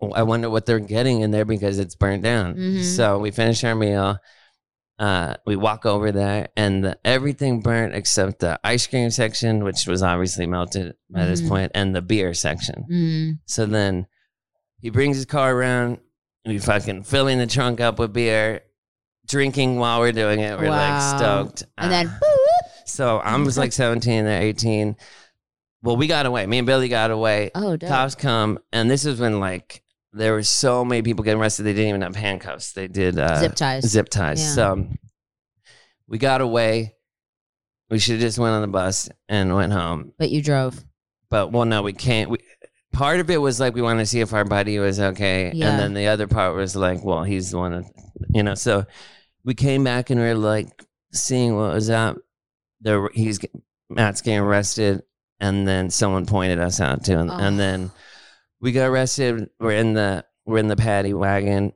Speaker 2: "Oh, I wonder what they're getting in there because it's burnt down.
Speaker 1: Mhm.
Speaker 2: So we finish our meal. Uh, we walk over there and the, everything burnt except the ice cream section, which was obviously melted by this
Speaker 1: Mhm.
Speaker 2: point, and the beer section.
Speaker 1: Mm.
Speaker 2: So then he brings his car around. We fucking filling the trunk up with beer, drinking while we're doing it. We're
Speaker 1: Wow.
Speaker 2: like stoked. Uh,
Speaker 1: And then
Speaker 2: so I was like 17, they're 18. Well, we got away. Me and Billy got away.
Speaker 1: oh, dope.
Speaker 2: Cops come, and this is when like there were so many people getting arrested. They didn't even have handcuffs. They did uh,
Speaker 1: zip ties.
Speaker 2: zip ties.
Speaker 1: Yeah.
Speaker 2: So we got away. We should have just went on the bus and went home
Speaker 1: But you drove.
Speaker 2: but well, no, we can't. We, part of it was like we wanted to see if our buddy was okay,
Speaker 1: Yeah.
Speaker 2: and then the other part was like, well, he's the one, that, you know. So we came back and we are like seeing what was up. There, were- he's get- Matt's getting arrested, and then someone pointed us out to him,
Speaker 1: Oh.
Speaker 2: and then we got arrested. We're in the we're in the paddy wagon,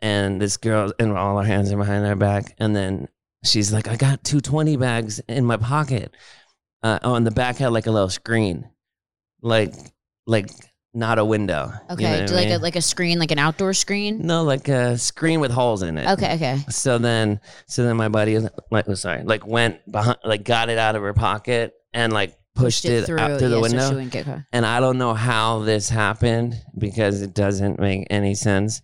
Speaker 2: and this girl, and all our hands are behind our back. And then she's like, I got two 20 bags in my pocket. Uh, on the back had like a little screen, like, like not a window. you know
Speaker 1: Okay,
Speaker 2: what
Speaker 1: do
Speaker 2: I
Speaker 1: like a
Speaker 2: mean?
Speaker 1: like a screen, like an outdoor screen.
Speaker 2: no, like a screen with holes in it.
Speaker 1: Okay, okay.
Speaker 2: So then, so then my buddy, is- like, oh, sorry, like went behind, like got it out of her pocket and like pushed, it, out through the
Speaker 1: yeah, so she
Speaker 2: window.
Speaker 1: wouldn't get caught.
Speaker 2: And I don't know how this happened because it doesn't make any sense,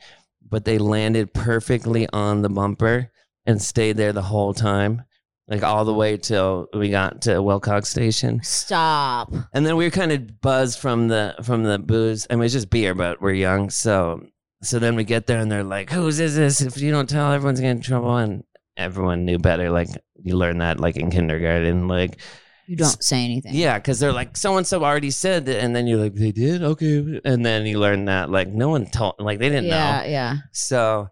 Speaker 2: but they landed perfectly on the bumper and stayed there the whole time, like all the way till we got to Wilcox Station.
Speaker 1: Stop.
Speaker 2: And then we were kind of buzzed from the from the booze. I mean, it's just beer, but we're young, so so then we get there and they're like, "Whose is this? If you don't tell, everyone's getting in trouble." And everyone knew better. Like you learn that like in kindergarten, like
Speaker 1: You don't say anything.
Speaker 2: yeah, because they're like so and so already said that, and then you're like, they did, okay, and then you learn that like no one told, like they didn't
Speaker 1: yeah,
Speaker 2: know.
Speaker 1: yeah.
Speaker 2: So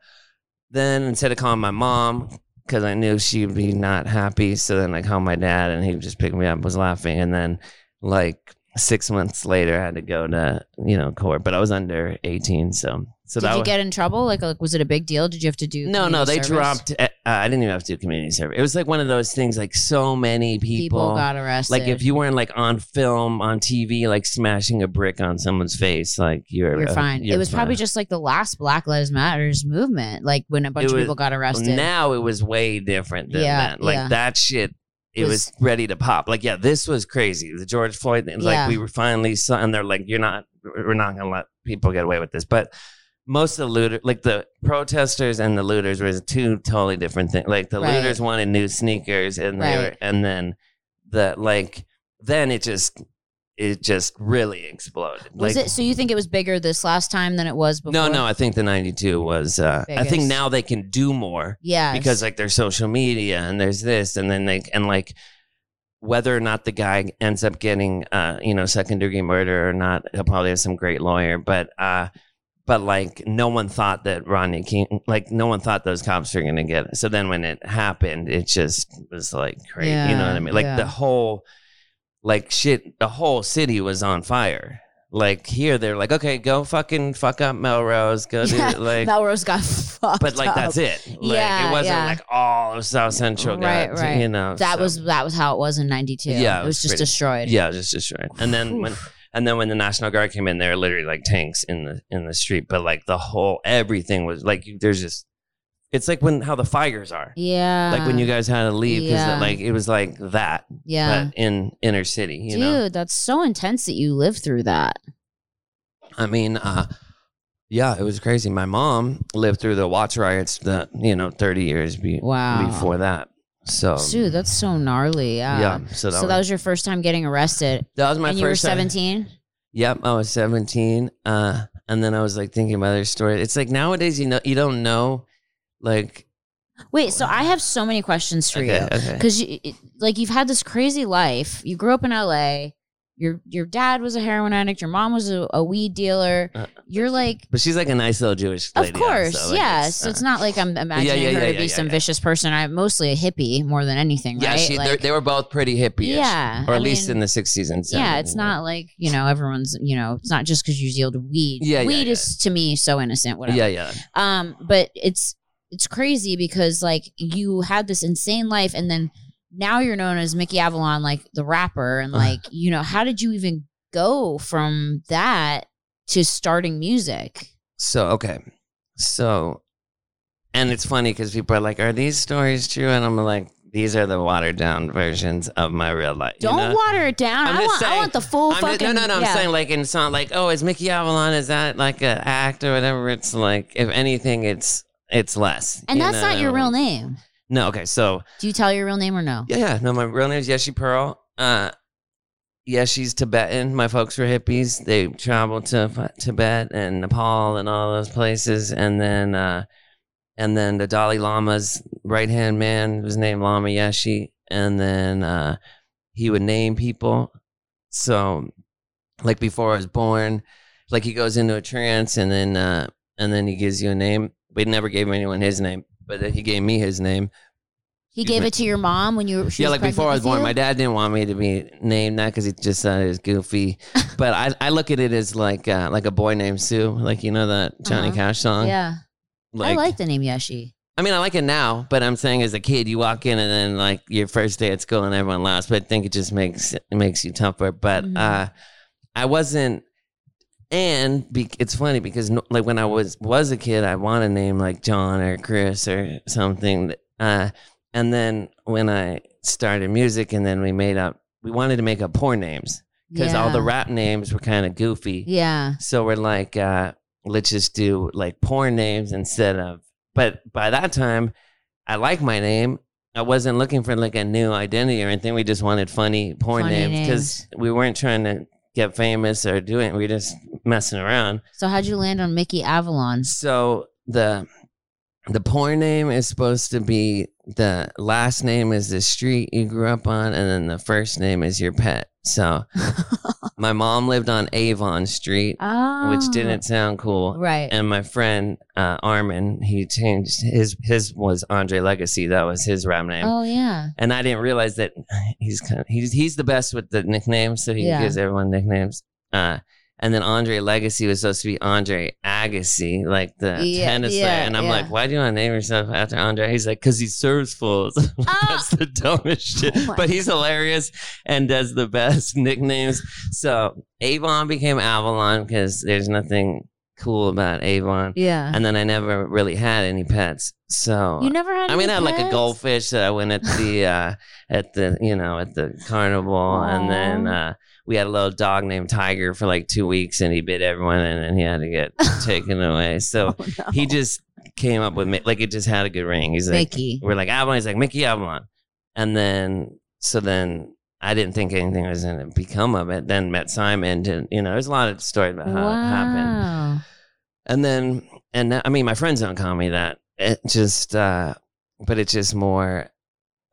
Speaker 2: then instead of calling my mom because I knew she'd be not happy, so then I called my dad, and he just picked me up, was laughing, and then like six months later, I had to go to you know court, but I was under eighteen, so so
Speaker 1: Did
Speaker 2: that
Speaker 1: you
Speaker 2: was.
Speaker 1: get in trouble? Like, like, was it a big deal? Did you have to do?
Speaker 2: No, no,
Speaker 1: community
Speaker 2: they
Speaker 1: service?
Speaker 2: dropped. Uh, I didn't even have to do community service. It was like one of those things, like so many
Speaker 1: People, got arrested.
Speaker 2: like if you weren't like on film on TV, like smashing a brick on someone's face, like you're
Speaker 1: you're
Speaker 2: uh,
Speaker 1: fine.
Speaker 2: you're
Speaker 1: it was probably
Speaker 2: fine.
Speaker 1: just like the last Black Lives Matters movement, like when a bunch
Speaker 2: It
Speaker 1: of
Speaker 2: was-
Speaker 1: people got
Speaker 2: Well,
Speaker 1: arrested.
Speaker 2: now it was way different than
Speaker 1: Yeah,
Speaker 2: that. Like
Speaker 1: yeah.
Speaker 2: that shit, it
Speaker 1: Was-
Speaker 2: was, ready to pop. Like yeah, this was crazy. The George Floyd, thing,
Speaker 1: Yeah.
Speaker 2: like we were finally saw, and they're like, you're not, we're not gonna let people get away with this. But most of the looter, like the protesters and the looters, was two totally different things. Like the
Speaker 1: Right.
Speaker 2: looters wanted new sneakers, and they
Speaker 1: Right.
Speaker 2: were, and then the like, then it just. It just really exploded.
Speaker 1: was
Speaker 2: like,
Speaker 1: it? So you think it was bigger this last time than it was before?
Speaker 2: No, no, I think the 92 was uh I think
Speaker 1: Biggest.
Speaker 2: now they can do more
Speaker 1: Yeah,
Speaker 2: because like there's social media and there's this and then they and like whether or not the guy ends up getting uh you know second degree murder or not he'll probably have some great lawyer but uh but like no one thought that Rodney King like no one thought those cops were going to get it. So then when it happened it just was like crazy you know
Speaker 1: Yeah,
Speaker 2: what I mean like
Speaker 1: yeah.
Speaker 2: the whole like shit the whole city was on fire. Like here they're like okay go fucking fuck up Melrose go do
Speaker 1: Yeah,
Speaker 2: like
Speaker 1: Melrose got fucked.
Speaker 2: but like
Speaker 1: up.
Speaker 2: that's it. Like
Speaker 1: Yeah,
Speaker 2: it wasn't
Speaker 1: yeah.
Speaker 2: like all of South Central
Speaker 1: Right,
Speaker 2: got
Speaker 1: right.
Speaker 2: you know.
Speaker 1: That
Speaker 2: so-
Speaker 1: was that was how it was in '92.
Speaker 2: Yeah,
Speaker 1: it was
Speaker 2: it was
Speaker 1: just
Speaker 2: pretty-
Speaker 1: destroyed.
Speaker 2: yeah, just destroyed. And then when and then when the National Guard came in, they were literally like tanks in the in the street. But like the whole everything was like you, there's just it's like when how the fighters are.
Speaker 1: yeah,
Speaker 2: Like when you guys had to leave because
Speaker 1: Yeah.
Speaker 2: like it was like that,
Speaker 1: yeah.
Speaker 2: but in inner city. You
Speaker 1: Dude,
Speaker 2: know,
Speaker 1: that's so intense that you lived through that.
Speaker 2: I mean, uh, yeah, it was crazy. My mom lived through the Watts riots, the you know, thirty years be-
Speaker 1: Wow.
Speaker 2: before that. So
Speaker 1: Dude, that's so gnarly. Yeah.
Speaker 2: um, yeah, so that,
Speaker 1: so
Speaker 2: was,
Speaker 1: that was your first time getting arrested.
Speaker 2: that was my
Speaker 1: and
Speaker 2: first
Speaker 1: you were
Speaker 2: time.
Speaker 1: 17?
Speaker 2: Yep, I was 17. Uh, and then I was like thinking about other stories. It's like nowadays, you know, you don't know, like,
Speaker 1: Wait, so I have so many questions for
Speaker 2: okay,
Speaker 1: you.
Speaker 2: okay.
Speaker 1: Cuz you it- like you've had this crazy life. You grew up in LA. Your your dad was a heroin addict, your mom was a, a weed dealer.
Speaker 2: Uh,
Speaker 1: You're like
Speaker 2: But she's like a nice little Jewish
Speaker 1: of
Speaker 2: lady.
Speaker 1: course,
Speaker 2: so, like, uh,
Speaker 1: yeah. so it's not like I'm imagining
Speaker 2: yeah,
Speaker 1: her
Speaker 2: yeah,
Speaker 1: to be
Speaker 2: yeah,
Speaker 1: some
Speaker 2: yeah.
Speaker 1: vicious person. I'm mostly a hippie more than anything,
Speaker 2: Yeah,
Speaker 1: right?
Speaker 2: she, they're
Speaker 1: Like-
Speaker 2: they were both pretty hippie
Speaker 1: Yeah,
Speaker 2: Or
Speaker 1: I
Speaker 2: at least
Speaker 1: mean,
Speaker 2: in the 60s and 70s.
Speaker 1: yeah, it's not like you know everyone's. You know, it's not just because you deal to weed.
Speaker 2: Yeah, yeah,
Speaker 1: weed
Speaker 2: yeah.
Speaker 1: is to me so innocent. Whatever.
Speaker 2: Yeah, yeah.
Speaker 1: Um, but it's it's crazy because like you had this insane life, and then now you're known as Mickey Avalon, like the rapper,
Speaker 2: Uh-huh.
Speaker 1: and like you know, how did you even go from that to starting music?
Speaker 2: So, okay. So, and it's funny because people are like, are these stories true? And I'm like, these are the watered down versions of my real life. you
Speaker 1: Don't
Speaker 2: know?
Speaker 1: water it down.
Speaker 2: I'm
Speaker 1: I
Speaker 2: just
Speaker 1: want I
Speaker 2: saying-
Speaker 1: want the full
Speaker 2: I'm
Speaker 1: fucking.
Speaker 2: just- no, no, no.
Speaker 1: yeah.
Speaker 2: I'm saying like it's not like oh, is Mickey Avalon is that like an act or whatever? It's like if anything, it's it's less.
Speaker 1: and
Speaker 2: you
Speaker 1: that's
Speaker 2: know?
Speaker 1: not your real name.
Speaker 2: No, okay. So
Speaker 1: Do you tell your real name or no?
Speaker 2: yeah, yeah. No, my real name is Yeshi Pearl. Uh, yeah, she's Tibetan. My folks were hippies. They traveled to F- Tibet and Nepal and all those places, and then uh, and then the Dalai Lama's right hand man was named Lama Yeshi, and then uh, he would name people. So, like before I was born, like he goes into a trance, and then uh, and then he gives you a name. We never gave anyone his name, but then he gave me his name.
Speaker 1: He
Speaker 2: Excuse
Speaker 1: gave
Speaker 2: me.
Speaker 1: it to your mom when you were she
Speaker 2: yeah, like before I was born, my dad didn't want me to be named that because he just thought it was goofy. but I, I look at it as like uh, like a boy named Sue, like you know that Johnny
Speaker 1: Uh-huh.
Speaker 2: Cash song.
Speaker 1: Yeah, I like the name Yeshi.
Speaker 2: I mean, I like it now, but I'm saying as a kid, you walk in and then like your first day at school and everyone laughs. But I think it just makes it makes you tougher. But
Speaker 1: Mhm.
Speaker 2: uh, I wasn't, and be, it's funny because no, like when I was was a kid, I want a name like John or Chris or something. Uh, and then when I started music, and then we made up, we wanted to make up poor names because all the
Speaker 1: Yeah.
Speaker 2: rap names were kind of goofy.
Speaker 1: yeah.
Speaker 2: So we're like, uh, let's just do like porn names instead of. But by that time, I like my name. I wasn't looking for like a new identity or anything. We just wanted funny porn
Speaker 1: Funny
Speaker 2: names because
Speaker 1: names.
Speaker 2: we weren't trying to get famous or doing. We were just messing around.
Speaker 1: So how'd you land on Mickey Avalon?
Speaker 2: So the the porn name is supposed to be the last name is the street you grew up on, and then the first name is your pet. So my mom lived on Avon Street,
Speaker 1: oh,
Speaker 2: which didn't sound cool.
Speaker 1: right.
Speaker 2: And my friend uh, Armin, he changed his his was Andre Legacy. That was his rap name.
Speaker 1: oh yeah.
Speaker 2: And I didn't realize that he's kind of, he's he's the best with the nicknames, so he
Speaker 1: Yeah.
Speaker 2: gives everyone nicknames. Uh, and then Andre Legacy was supposed to be Andre Agassi, like the
Speaker 1: Yeah,
Speaker 2: tennis player.
Speaker 1: yeah,
Speaker 2: And I'm
Speaker 1: yeah.
Speaker 2: like, why do you want to name yourself after Andre? He's like, because he serves fools. That's the dumbest shit.
Speaker 1: Ah! Oh my-
Speaker 2: but he's hilarious and does the best nicknames. So Avon became Avalon because there's nothing cool about Avon.
Speaker 1: yeah.
Speaker 2: And then I never really had any pets. So
Speaker 1: you never had.
Speaker 2: I mean,
Speaker 1: any
Speaker 2: I had like a
Speaker 1: pets?
Speaker 2: goldfish that I went at the uh, at the you know at the carnival, and then
Speaker 1: Aw.
Speaker 2: uh, we had a little dog named Tiger for like two weeks, and he bit everyone, and then he had to get taken away. So
Speaker 1: Oh, no.
Speaker 2: he just came up with Mi- like it just had a good ring. He's like,
Speaker 1: Mickey.
Speaker 2: we're like Avalon. He's like Mickey Avalon, and then so then I didn't think anything was gonna become of it. Then met Simon. Did, you know, there's a lot of stories about how it happened.
Speaker 1: Wow.
Speaker 2: And then, and that- I mean, my friends don't call me that. It just, uh, but it's just more,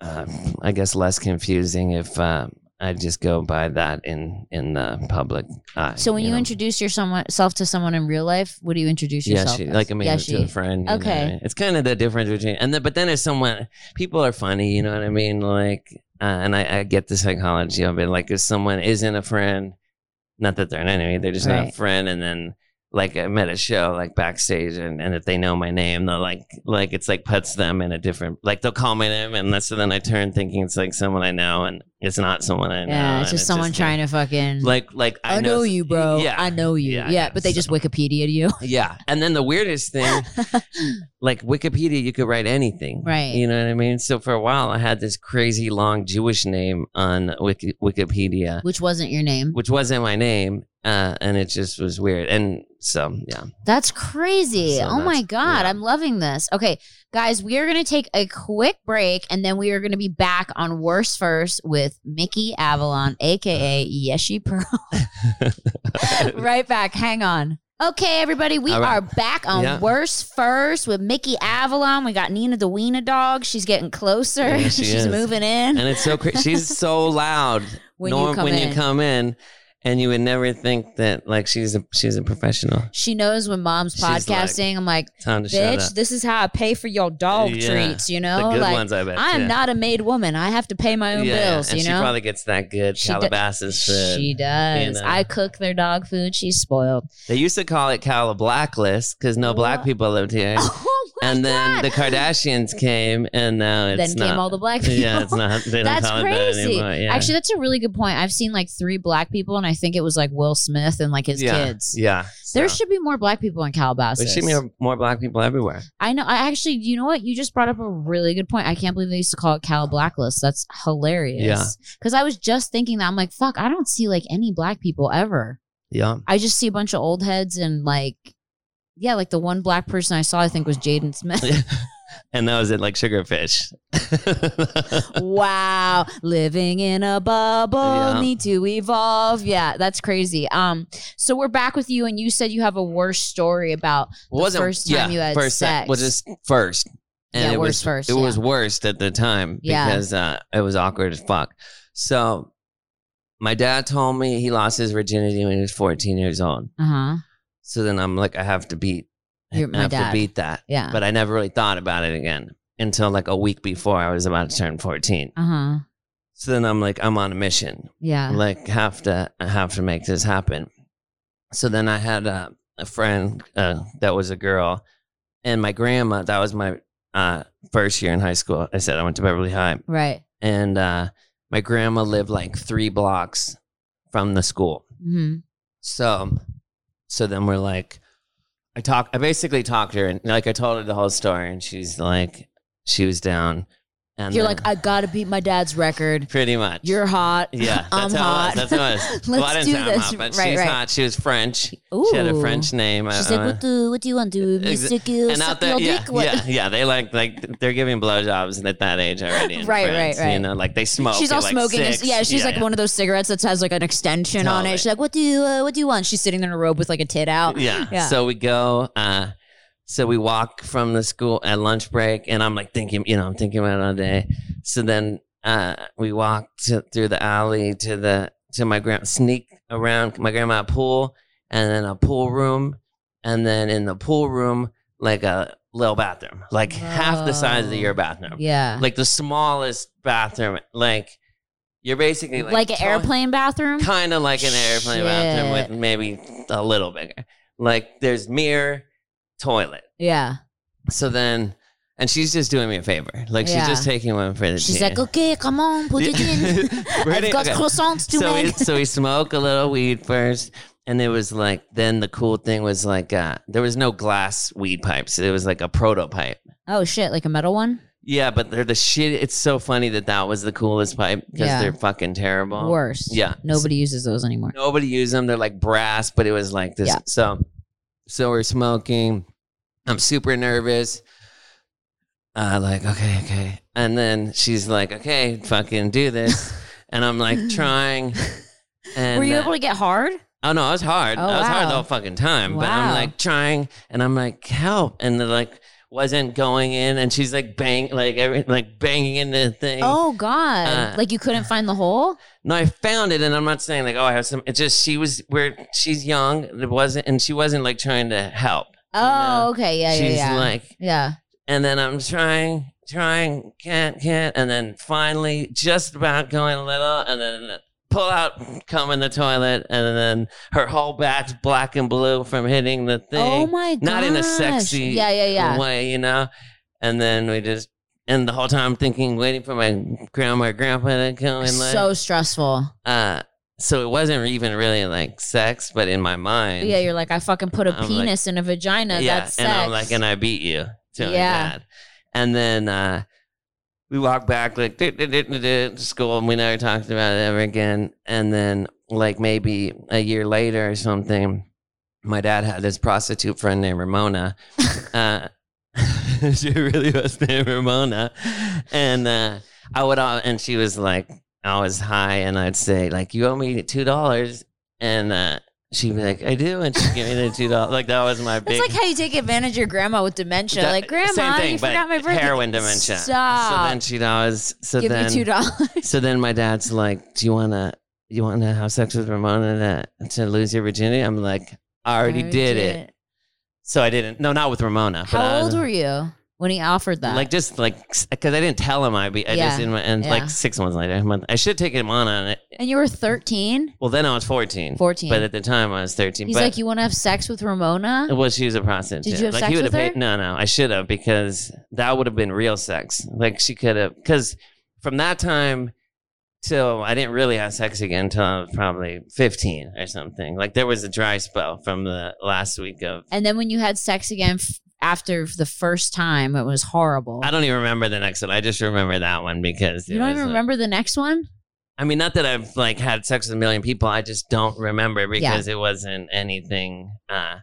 Speaker 2: uh, I guess, less confusing if uh, I just go by that in in the public eye.
Speaker 1: So when you,
Speaker 2: know?
Speaker 1: introduce yourself to someone in real life, what do you introduce
Speaker 2: yeah,
Speaker 1: yourself?
Speaker 2: she,
Speaker 1: as?
Speaker 2: like I mean,
Speaker 1: yeah,
Speaker 2: to a friend. you know,
Speaker 1: Okay.
Speaker 2: right? it's kind of the difference between, and then but then if someone, people are funny, you know what I mean? Like, uh, and I, I get the psychology of it. Like, if someone isn't a friend, not that they're an enemy, they're just not a
Speaker 1: Right.
Speaker 2: friend, and then. Like I met a show like backstage, and, and if they know my name, they'll like like it's like puts them in a different like they'll call my name, and that's so then I turn thinking it's like someone I know, and it's not someone I know.
Speaker 1: yeah, it's
Speaker 2: and
Speaker 1: just someone trying to fucking.
Speaker 2: like like I,
Speaker 1: I, know, you, bro.
Speaker 2: Yeah,
Speaker 1: I know you.
Speaker 2: Yeah,
Speaker 1: Yeah,
Speaker 2: I know.
Speaker 1: but they just Wikipedia you.
Speaker 2: yeah. And then the weirdest thing like Wikipedia, you could write anything.
Speaker 1: Right.
Speaker 2: You know what I mean? So for a while, I had this crazy long Jewish name on Wiki- Wikipedia,
Speaker 1: Which wasn't your name.
Speaker 2: which wasn't my name. Uh, and it just was weird. And so, yeah.
Speaker 1: That's crazy.
Speaker 2: So
Speaker 1: oh my
Speaker 2: that's-
Speaker 1: God.
Speaker 2: yeah.
Speaker 1: I'm loving this. Okay, guys, we are going to take a quick break and then we are going to be back on Worst First with Mickey Avalon, AKA Yeshi Pearl. right back. Hang on. Okay, everybody, we
Speaker 2: All right.
Speaker 1: are back on
Speaker 2: Yeah.
Speaker 1: Worst First with Mickey Avalon. We got Nina the Wiener Dog. She's getting closer.
Speaker 2: Yeah, she
Speaker 1: She's
Speaker 2: is.
Speaker 1: moving in.
Speaker 2: and it's so crazy. She's so loud
Speaker 1: when
Speaker 2: Norm-
Speaker 1: you come
Speaker 2: when
Speaker 1: in,
Speaker 2: you come in. And you would never think that like she's a she's a professional.
Speaker 1: she knows when mom's
Speaker 2: She's like,
Speaker 1: podcasting. I'm like,
Speaker 2: Time to shut up.
Speaker 1: bitch, this is how I pay for your dog
Speaker 2: Yeah.
Speaker 1: treats, you know?
Speaker 2: the good
Speaker 1: like,
Speaker 2: ones, I bet.
Speaker 1: I am
Speaker 2: yeah.
Speaker 1: not a made woman. I have to pay my own
Speaker 2: Yeah, yeah.
Speaker 1: bills,
Speaker 2: and
Speaker 1: you
Speaker 2: she
Speaker 1: know?
Speaker 2: probably gets that good
Speaker 1: She do-
Speaker 2: Calabasas food.
Speaker 1: she does.
Speaker 2: know?
Speaker 1: I cook their dog food. She's spoiled.
Speaker 2: They used to call it Cala Blacklist because no black
Speaker 1: What?
Speaker 2: people lived here.
Speaker 1: Oh my
Speaker 2: and then
Speaker 1: God.
Speaker 2: the Kardashians came, and now it's
Speaker 1: then
Speaker 2: not.
Speaker 1: came all the black people.
Speaker 2: yeah, it's not. They
Speaker 1: That's
Speaker 2: don't call it that
Speaker 1: crazy.
Speaker 2: anymore. Yeah.
Speaker 1: Actually, that's a really good point. I've seen like three black people, and I think it was like Will Smith and like his
Speaker 2: yeah.
Speaker 1: kids.
Speaker 2: Yeah,
Speaker 1: There
Speaker 2: so.
Speaker 1: should be more black people in
Speaker 2: There
Speaker 1: Calabasas.
Speaker 2: should be more black people everywhere.
Speaker 1: I know. I actually, you know what? You just brought up a really good point. I can't believe they used to call it Cal Blacklist. That's hilarious.
Speaker 2: Yeah.
Speaker 1: Because I was just thinking that I'm like, fuck, I don't see like any black people ever.
Speaker 2: Yeah,
Speaker 1: I just see a bunch of old heads and like, yeah, like the one black person I saw, I think was Jaden Smith.
Speaker 2: and that was it, like Sugarfish.
Speaker 1: wow living in a bubble
Speaker 2: Yeah.
Speaker 1: need to evolve yeah that's crazy um so we're back with you and you said you have a worse story about
Speaker 2: wasn't
Speaker 1: first time
Speaker 2: yeah,
Speaker 1: you had
Speaker 2: first time-
Speaker 1: sex.
Speaker 2: well, just first. And
Speaker 1: Yeah,
Speaker 2: it
Speaker 1: worst
Speaker 2: was,
Speaker 1: first,
Speaker 2: It
Speaker 1: yeah.
Speaker 2: was worst at the time
Speaker 1: Yeah.
Speaker 2: because uh, it was awkward as fuck. So, my dad told me he lost his virginity when he was 14 years old.
Speaker 1: uh-huh
Speaker 2: So then I'm like, I have to beat,
Speaker 1: You're-
Speaker 2: I
Speaker 1: my
Speaker 2: have to
Speaker 1: dad. Ah.
Speaker 2: beat that.
Speaker 1: yeah
Speaker 2: But I never really thought about it again. until like a week before I was about to turn 14.
Speaker 1: Uh huh.
Speaker 2: So then I'm like, I'm on a mission.
Speaker 1: Yeah.
Speaker 2: Like, have to I have to make this happen. So then I had uh, a friend uh, that was a girl, and my grandma. That was my uh, first year in high school. I said I went to Beverly High,
Speaker 1: right.
Speaker 2: and uh, my grandma lived like three blocks from the school.
Speaker 1: hmm
Speaker 2: So, so then we're like, I talk. I basically talked to her, and like I told her the whole story, and she's like, she was down. And
Speaker 1: You're
Speaker 2: then-
Speaker 1: like, I gotta beat my dad's record.
Speaker 2: pretty much.
Speaker 1: You're hot.
Speaker 2: Yeah,
Speaker 1: I'm
Speaker 2: that's how
Speaker 1: hot.
Speaker 2: it was. That's how it
Speaker 1: Let's
Speaker 2: was. well, I didn't
Speaker 1: do
Speaker 2: say I'm
Speaker 1: this.
Speaker 2: hot, but
Speaker 1: right,
Speaker 2: she's
Speaker 1: right.
Speaker 2: hot. She was French.
Speaker 1: Ooh.
Speaker 2: She had a French name. I-
Speaker 1: She's
Speaker 2: I-
Speaker 1: like, what do what do you want to do,
Speaker 2: Exa-
Speaker 1: Mister Gill?
Speaker 2: and out
Speaker 1: Suck your
Speaker 2: there, yeah,
Speaker 1: dick. What-
Speaker 2: yeah, yeah, they like like they're giving blowjobs at that age already. in
Speaker 1: Right,
Speaker 2: France,
Speaker 1: right, right.
Speaker 2: You know, like they smoke.
Speaker 1: She's
Speaker 2: at,
Speaker 1: all
Speaker 2: like,
Speaker 1: smoking. a-
Speaker 2: six.
Speaker 1: yeah, she's like one of those cigarettes that has like an extension on
Speaker 2: Totally.
Speaker 1: it. She's like, "What do you uh, what do you want?" She's sitting there in a robe with like a tit out.
Speaker 2: yeah.
Speaker 1: Oh, Yeah.
Speaker 2: So we go. Uh, so we walk from the school at lunch break, and I'm like thinking, you know, I'm thinking about it all day. So then uh, we walk to, through the alley to the to my grand sneak around my grandma pool, and then a pool room, and then in the pool room like a little bathroom, like half the size of
Speaker 1: Whoa.
Speaker 2: your bathroom,
Speaker 1: Yeah,
Speaker 2: like the smallest bathroom, like. You're basically like,
Speaker 1: like, an
Speaker 2: to-
Speaker 1: airplane bathroom.
Speaker 2: kind of like an airplane bathroom
Speaker 1: Shit.
Speaker 2: with maybe a little bigger. Like there's mirror, toilet.
Speaker 1: yeah,
Speaker 2: So then, and she's just doing me a favor. Like
Speaker 1: Yeah.
Speaker 2: she's just taking one for the
Speaker 1: she's
Speaker 2: team.
Speaker 1: like, "Oh, "Okay, come on, put it in."
Speaker 2: Ready?
Speaker 1: I've got
Speaker 2: Okay.
Speaker 1: croissants to
Speaker 2: so we,
Speaker 1: make.
Speaker 2: so we smoke a little weed first, and it was like then the cool thing was like uh, there was no glass weed pipes. It was like a prototype.
Speaker 1: oh shit, like a metal one.
Speaker 2: Yeah, but they're the shit. It's so funny that that was the coolest pipe because
Speaker 1: Yeah.
Speaker 2: they're fucking terrible.
Speaker 1: Worse.
Speaker 2: Yeah.
Speaker 1: Nobody uses those anymore.
Speaker 2: Nobody used them. They're like brass, but it was like this.
Speaker 1: Yeah.
Speaker 2: So, so we're smoking. I'm super nervous. Uh, like okay, okay, and then she's like, okay, fucking do this, and I'm like trying. And
Speaker 1: Were you
Speaker 2: uh,
Speaker 1: able to get hard?
Speaker 2: oh no, I was hard.
Speaker 1: Oh,
Speaker 2: I was hard
Speaker 1: wow.
Speaker 2: the whole fucking time. But
Speaker 1: Wow.
Speaker 2: I'm like trying, and I'm like help, and they're like wasn't going in, and she's like bang, like every like banging into the thing.
Speaker 1: Oh god,
Speaker 2: Uh,
Speaker 1: like you couldn't find the hole.
Speaker 2: No, I found it, and I'm not saying like, oh, I have some. It's just she was where she's young. It wasn't, and she wasn't like trying to help.
Speaker 1: Oh, okay, yeah,
Speaker 2: she's
Speaker 1: yeah, yeah,
Speaker 2: like,
Speaker 1: yeah.
Speaker 2: and then I'm trying, trying, can't, can't, and then finally, just about going a little, and then pull out, come in the toilet, and then her whole back's black and blue from hitting the thing.
Speaker 1: Oh my god,
Speaker 2: Not in a sexy
Speaker 1: Yeah, yeah, yeah.
Speaker 2: way, you know? And then we just, and the whole time I'm thinking, waiting for my grandma or grandpa to come and like,
Speaker 1: so stressful.
Speaker 2: uh so it wasn't even really like sex but in my mind
Speaker 1: Yeah, you're like, I fucking put a
Speaker 2: I'm like-
Speaker 1: penis in a vagina.
Speaker 2: yeah
Speaker 1: That's sex.
Speaker 2: and i'm like and i beat you to
Speaker 1: Yeah.
Speaker 2: yeah and then uh we walked back like "Dit, dit, dit, dit, dit," to school and we never talked about it ever again and then like maybe a year later or something my dad had this prostitute friend named ramona uh she really was named ramona and uh I would, uh, and she was like, I was high, and I'd say like, "You owe me two dollars," and uh, she'd be like, "I do," and she'd give me the two dollars. Like that was my
Speaker 1: That's
Speaker 2: big.
Speaker 1: like how you take advantage of your grandma with dementia.
Speaker 2: that-
Speaker 1: like, grandma,
Speaker 2: same thing,
Speaker 1: you
Speaker 2: but
Speaker 1: forgot my birthday.
Speaker 2: heroin dementia. So
Speaker 1: Stop.
Speaker 2: then she'd always. So
Speaker 1: Give
Speaker 2: then,
Speaker 1: me two dollars.
Speaker 2: so then my dad's like, "Do you wanna, you wanna have sex with Ramona to, to lose your virginity?" I'm like, "I already did it. So I didn't. No, not with Ramona. but I
Speaker 1: How
Speaker 2: was-
Speaker 1: old were you when he offered that?
Speaker 2: Like just like because I didn't tell him I be I
Speaker 1: Yeah.
Speaker 2: just didn't and
Speaker 1: Yeah.
Speaker 2: like six months later a month- I should take him on on it
Speaker 1: and you were 13,
Speaker 2: Well, then I was 14.
Speaker 1: 14.
Speaker 2: But at the time, I was 13.
Speaker 1: He's
Speaker 2: but
Speaker 1: like, you want to have sex with Ramona?
Speaker 2: well, she was a prostitute.
Speaker 1: Did you have
Speaker 2: like,
Speaker 1: sex
Speaker 2: he would
Speaker 1: with
Speaker 2: have
Speaker 1: her?
Speaker 2: Paid, no, no, I should have because that would have been real sex. Like she could have, because from that time till I didn't really have sex again until I was probably 15 or something. Like there was a dry spell from the last week of.
Speaker 1: And then when you had sex again f- after the first time, it was horrible.
Speaker 2: I don't even remember the next one. I just remember that one because it
Speaker 1: you don't
Speaker 2: was
Speaker 1: even
Speaker 2: a-
Speaker 1: remember the next one?
Speaker 2: I mean, not that I've like had sex with a million people. I just don't remember because it wasn't anything. Uh,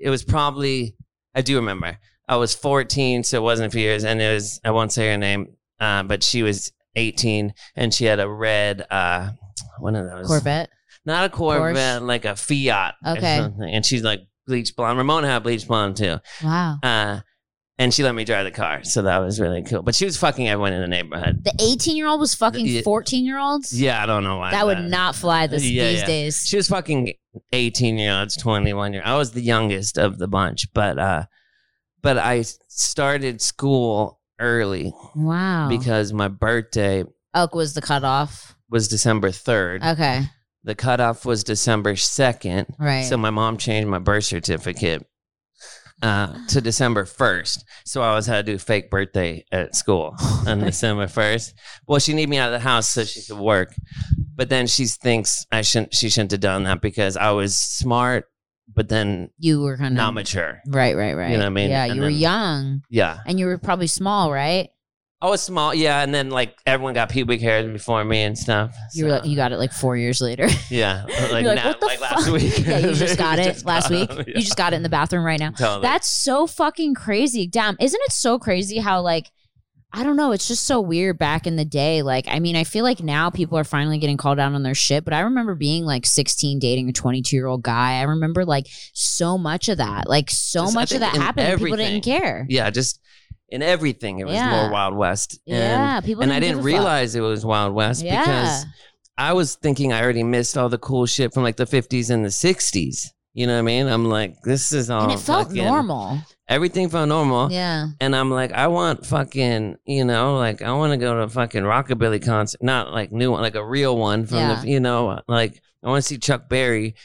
Speaker 2: it was probably I do remember. I was 14, so it wasn't a few years, and it was I won't say her name, uh, but she was 18, and she had a red uh, one of those
Speaker 1: Corvette.
Speaker 2: not a Corvette, like a Fiat. or
Speaker 1: Okay.
Speaker 2: something. and she's like bleach blonde. Ramona had bleach blonde too.
Speaker 1: Wow.
Speaker 2: Uh, and she let me drive the car, so that was really cool. But she was fucking everyone in the neighborhood.
Speaker 1: The 18 year old was fucking
Speaker 2: Yeah.
Speaker 1: 14 year olds?
Speaker 2: Yeah, I don't know why
Speaker 1: That would not fly this,
Speaker 2: Yeah,
Speaker 1: these
Speaker 2: yeah.
Speaker 1: days.
Speaker 2: she was fucking 18 year olds 21 year i was the youngest of the bunch but uh but i started school early
Speaker 1: Wow.
Speaker 2: because my birthday
Speaker 1: Elk was the cutoff.
Speaker 2: was December 3rd.
Speaker 1: Okay.
Speaker 2: the cutoff was December 2nd.
Speaker 1: Right.
Speaker 2: So my mom changed my birth certificate uh, to December 1st. So I always had to do fake birthday at school on December 1st. Well, she needed me out of the house so she could work. But then she thinks I shouldn't, she shouldn't have done that because I was smart, but then
Speaker 1: you were kind of
Speaker 2: not mature.
Speaker 1: Right, right, right.
Speaker 2: know what I mean?
Speaker 1: Yeah,
Speaker 2: And
Speaker 1: you were
Speaker 2: then-
Speaker 1: young
Speaker 2: Yeah.
Speaker 1: and you were probably small, right?
Speaker 2: I was small. Yeah. And then like everyone got pubic hair before me and stuff.
Speaker 1: You were
Speaker 2: so,
Speaker 1: like, you got it like four years later.
Speaker 2: yeah. Like,
Speaker 1: You're like,
Speaker 2: now-
Speaker 1: what the
Speaker 2: like
Speaker 1: fuck?
Speaker 2: last week.
Speaker 1: yeah, you just got it
Speaker 2: Just
Speaker 1: last
Speaker 2: got
Speaker 1: week.
Speaker 2: them, yeah.
Speaker 1: You just got it in the bathroom right now.
Speaker 2: Totally.
Speaker 1: That's so fucking crazy. Damn, isn't it so crazy how like I don't know, it's just so weird back in the day. Like, I mean, I feel like now people are finally getting called out on their shit, but I remember being like 16 dating a 22-year-old guy. I remember like so much of that. Like so
Speaker 2: Just- I
Speaker 1: much of
Speaker 2: think
Speaker 1: that
Speaker 2: in
Speaker 1: happened and people didn't
Speaker 2: everything.
Speaker 1: care.
Speaker 2: yeah, just in everything, it was
Speaker 1: Yeah.
Speaker 2: more Wild West. And,
Speaker 1: yeah, people
Speaker 2: and
Speaker 1: didn't
Speaker 2: I
Speaker 1: give
Speaker 2: didn't
Speaker 1: a fuck.
Speaker 2: realize it was Wild West because I was thinking I already missed all the cool shit from like the 50s and the 60s. You know what I mean? I'm like, this is all.
Speaker 1: and it felt
Speaker 2: um, fucking-
Speaker 1: normal.
Speaker 2: Everything felt normal.
Speaker 1: Yeah.
Speaker 2: And I'm like, I want fucking, you know, like I want to go to a fucking rockabilly concert, not like new one, like a real one from
Speaker 1: Yeah.
Speaker 2: the, you know, like I want to see Chuck Berry.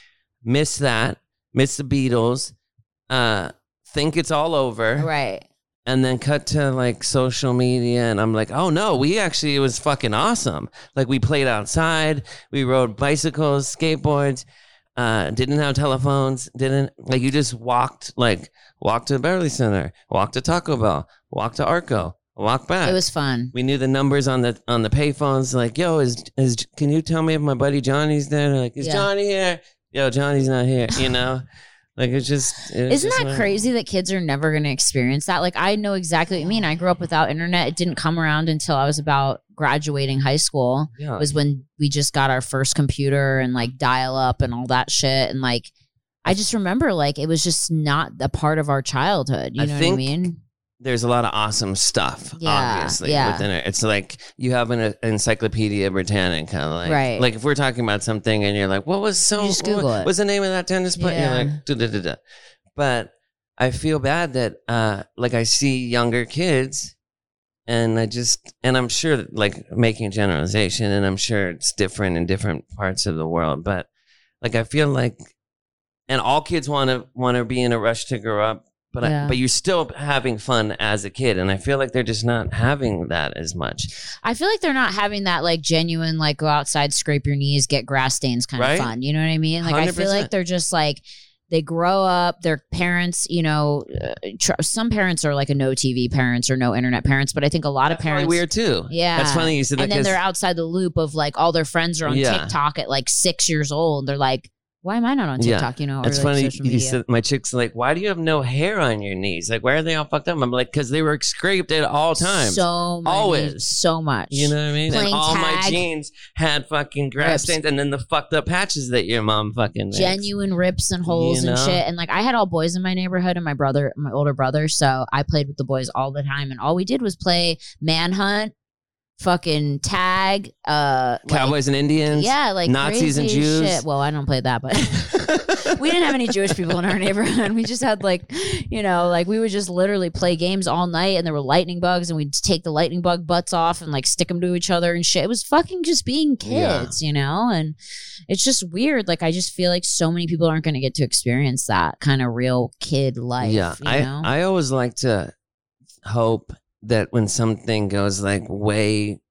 Speaker 2: Miss that. Miss the Beatles. Uh, think it's all over
Speaker 1: Right.
Speaker 2: and then cut to like social media and i'm like oh no we actually it was fucking awesome like we played outside we rode bicycles skateboards uh didn't have telephones didn't like you just walked like walked to the beverly center walked to taco bell walked to arco walked back
Speaker 1: It was fun.
Speaker 2: we knew the numbers on the on the payphones like yo is is can you tell me if my buddy johnny's there They're like is
Speaker 1: Yeah.
Speaker 2: johnny here yo johnny's not here you know like it's just it was
Speaker 1: Isn't
Speaker 2: just
Speaker 1: that
Speaker 2: like-
Speaker 1: crazy that kids are never going to experience that? Like, I know exactly what you mean. I grew up without internet. It didn't come around until I was about graduating high school,
Speaker 2: yeah.
Speaker 1: was when we just got our first computer and like dial up and all that shit. And like, I just remember like it was just not a part of our childhood. You
Speaker 2: I
Speaker 1: know
Speaker 2: think-
Speaker 1: what I mean?
Speaker 2: there's a lot of awesome stuff.
Speaker 1: Yeah,
Speaker 2: obviously,
Speaker 1: yeah.
Speaker 2: within it, it's like you have an Encyclopedia Britannica, like,
Speaker 1: Right.
Speaker 2: Like if we're talking about something and you're like, "What was so?
Speaker 1: You just Google
Speaker 2: what-
Speaker 1: it.
Speaker 2: What's the name of that tennis player?"
Speaker 1: Yeah.
Speaker 2: You're like, duh, duh, duh, duh. But I feel bad that, uh, like, I see younger kids, and I just, and I'm sure, that, like, making a generalization, and I'm sure it's different in different parts of the world, but like, I feel like, and all kids want to want to be in a rush to grow up but
Speaker 1: Yeah.
Speaker 2: I, but you're still having fun as a kid and i feel like they're just not having that as much
Speaker 1: I feel like they're not having that like genuine like go outside, scrape your knees, get grass stains kind
Speaker 2: Right?
Speaker 1: of fun. You know what I mean? Like I feel
Speaker 2: 100%.
Speaker 1: like they're just like they grow up. Their parents, you know, uh, tr- some parents are like a no TV parents or no internet parents, but I think a lot of
Speaker 2: That's probably
Speaker 1: parents.
Speaker 2: weird too
Speaker 1: Yeah.
Speaker 2: that's funny you said that
Speaker 1: and then
Speaker 2: 'cause-
Speaker 1: they're outside the loop of like all their friends are on
Speaker 2: Yeah.
Speaker 1: TikTok at like six years old. They're like, why am I not on
Speaker 2: Yeah.
Speaker 1: TikTok? You know, or
Speaker 2: that's
Speaker 1: like
Speaker 2: funny
Speaker 1: social
Speaker 2: you
Speaker 1: media.
Speaker 2: said my chicks are like why do you have no hair on your knees like why are they all fucked up i'm like because they were scraped at all times
Speaker 1: So many,
Speaker 2: Always.
Speaker 1: so much.
Speaker 2: you know what I mean?
Speaker 1: Playing
Speaker 2: And all my
Speaker 1: tag.
Speaker 2: jeans had fucking grass
Speaker 1: Rips.
Speaker 2: stains, and then the fucked up patches that your mom fucking makes.
Speaker 1: genuine rips and holes
Speaker 2: You
Speaker 1: and
Speaker 2: know?
Speaker 1: shit. And like I had all boys in my neighborhood and my brother, my older brother, so I played with the boys all the time. And all we did was play manhunt, fucking tag, uh, like-
Speaker 2: Cowboys and Indians.
Speaker 1: yeah, like
Speaker 2: Nazis and
Speaker 1: crazy
Speaker 2: Jews.
Speaker 1: Shit. Well, I don't play that, but. We didn't have any Jewish people in our neighborhood. We just had like, you know, like we would just literally play games all night, and there were lightning bugs, and we'd take the lightning bug butts off and like stick them to each other and shit. It was fucking just being
Speaker 2: Yeah.
Speaker 1: kids, you know. And it's just weird. Like I just feel like so many people aren't going to get to experience that kind of real kid life.
Speaker 2: Yeah,
Speaker 1: you
Speaker 2: I
Speaker 1: know?
Speaker 2: I always like to hope that when something goes like way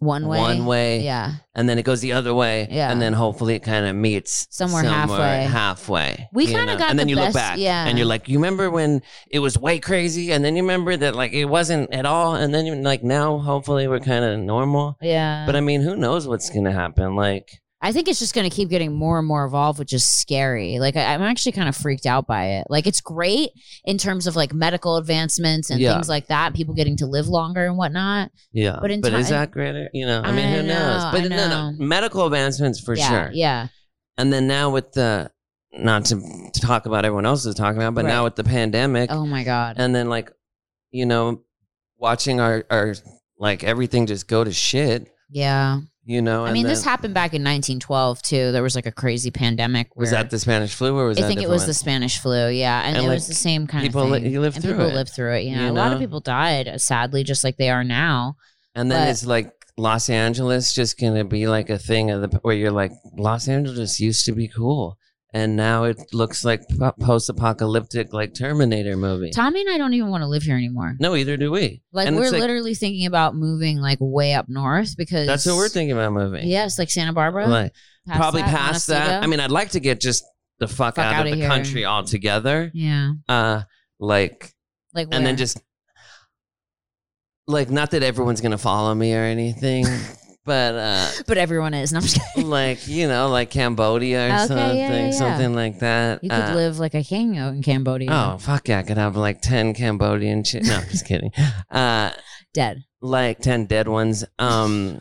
Speaker 1: one way,
Speaker 2: one way,
Speaker 1: yeah.
Speaker 2: and then it goes the other way,
Speaker 1: Yeah.
Speaker 2: and then hopefully it kind of meets
Speaker 1: Somewhere halfway.
Speaker 2: halfway,
Speaker 1: We
Speaker 2: you
Speaker 1: kinda
Speaker 2: know?
Speaker 1: got
Speaker 2: and then
Speaker 1: the
Speaker 2: you
Speaker 1: best-
Speaker 2: look back,
Speaker 1: yeah.
Speaker 2: and you're like, you remember when it was way crazy, and then you remember that like it wasn't at all, and then you like now hopefully we're kind of normal.
Speaker 1: Yeah,
Speaker 2: But I mean, who knows what's gonna happen? Like,
Speaker 1: I think it's just going to keep getting more and more evolved, which is scary. Like I, I'm actually kind of freaked out by it. Like it's great in terms of like medical advancements and
Speaker 2: Yeah.
Speaker 1: things like that, people getting to live longer and whatnot.
Speaker 2: yeah,
Speaker 1: But in ti-
Speaker 2: is that greater? You know, I mean,
Speaker 1: I
Speaker 2: who
Speaker 1: know,
Speaker 2: knows? But
Speaker 1: I
Speaker 2: no,
Speaker 1: know.
Speaker 2: no, medical advancements for
Speaker 1: yeah,
Speaker 2: sure.
Speaker 1: Yeah.
Speaker 2: And then now with the not to talk about everyone else is talking about, but
Speaker 1: Right.
Speaker 2: now with the pandemic,
Speaker 1: Oh my god.
Speaker 2: and then like you know, watching our our like everything just go to shit.
Speaker 1: Yeah.
Speaker 2: you know.
Speaker 1: I
Speaker 2: and
Speaker 1: mean,
Speaker 2: then-
Speaker 1: this happened back in 1912 too. There was like a crazy pandemic.
Speaker 2: was
Speaker 1: where-
Speaker 2: that the Spanish flu or was
Speaker 1: I
Speaker 2: that
Speaker 1: think it
Speaker 2: different
Speaker 1: was
Speaker 2: one?
Speaker 1: the Spanish flu. Yeah, and,
Speaker 2: And,
Speaker 1: it
Speaker 2: like,
Speaker 1: was the same kind
Speaker 2: people
Speaker 1: of
Speaker 2: li-
Speaker 1: thing.
Speaker 2: you lived
Speaker 1: and
Speaker 2: through
Speaker 1: people
Speaker 2: it,
Speaker 1: lived through it. Yeah,
Speaker 2: you
Speaker 1: a lot of
Speaker 2: know?
Speaker 1: people died, uh, sadly, just like they are now.
Speaker 2: And then
Speaker 1: But-
Speaker 2: it's like Los Angeles just gonna be like a thing of the where you're like Los Angeles used to be cool, and now it looks like post apocalyptic like Terminator movie.
Speaker 1: Tommy and I don't even want to live here anymore.
Speaker 2: no, either do we.
Speaker 1: Like
Speaker 2: And
Speaker 1: we're
Speaker 2: it's like-
Speaker 1: literally thinking about moving like way up north because
Speaker 2: That's what we're thinking about moving.
Speaker 1: Yes, like Santa Barbara.
Speaker 2: like
Speaker 1: Past
Speaker 2: probably
Speaker 1: that,
Speaker 2: past that.
Speaker 1: Montecito.
Speaker 2: I mean, I'd like to get just the fuck,
Speaker 1: Fuck
Speaker 2: out,
Speaker 1: outta
Speaker 2: of the
Speaker 1: here.
Speaker 2: country altogether.
Speaker 1: yeah,
Speaker 2: Uh, like
Speaker 1: like
Speaker 2: and
Speaker 1: where?
Speaker 2: then just like not that everyone's gonna follow me or anything, but uh.
Speaker 1: But everyone is. No, I'm just kidding.
Speaker 2: like you know, like Cambodia or
Speaker 1: Okay, yeah,
Speaker 2: something,
Speaker 1: yeah, yeah.
Speaker 2: something like that.
Speaker 1: You could
Speaker 2: Uh,
Speaker 1: live like a king out in Cambodia.
Speaker 2: Oh fuck yeah! I could have like ten Cambodian. Chi- no, I'm just kidding. Uh,
Speaker 1: dead.
Speaker 2: like ten dead ones. Um,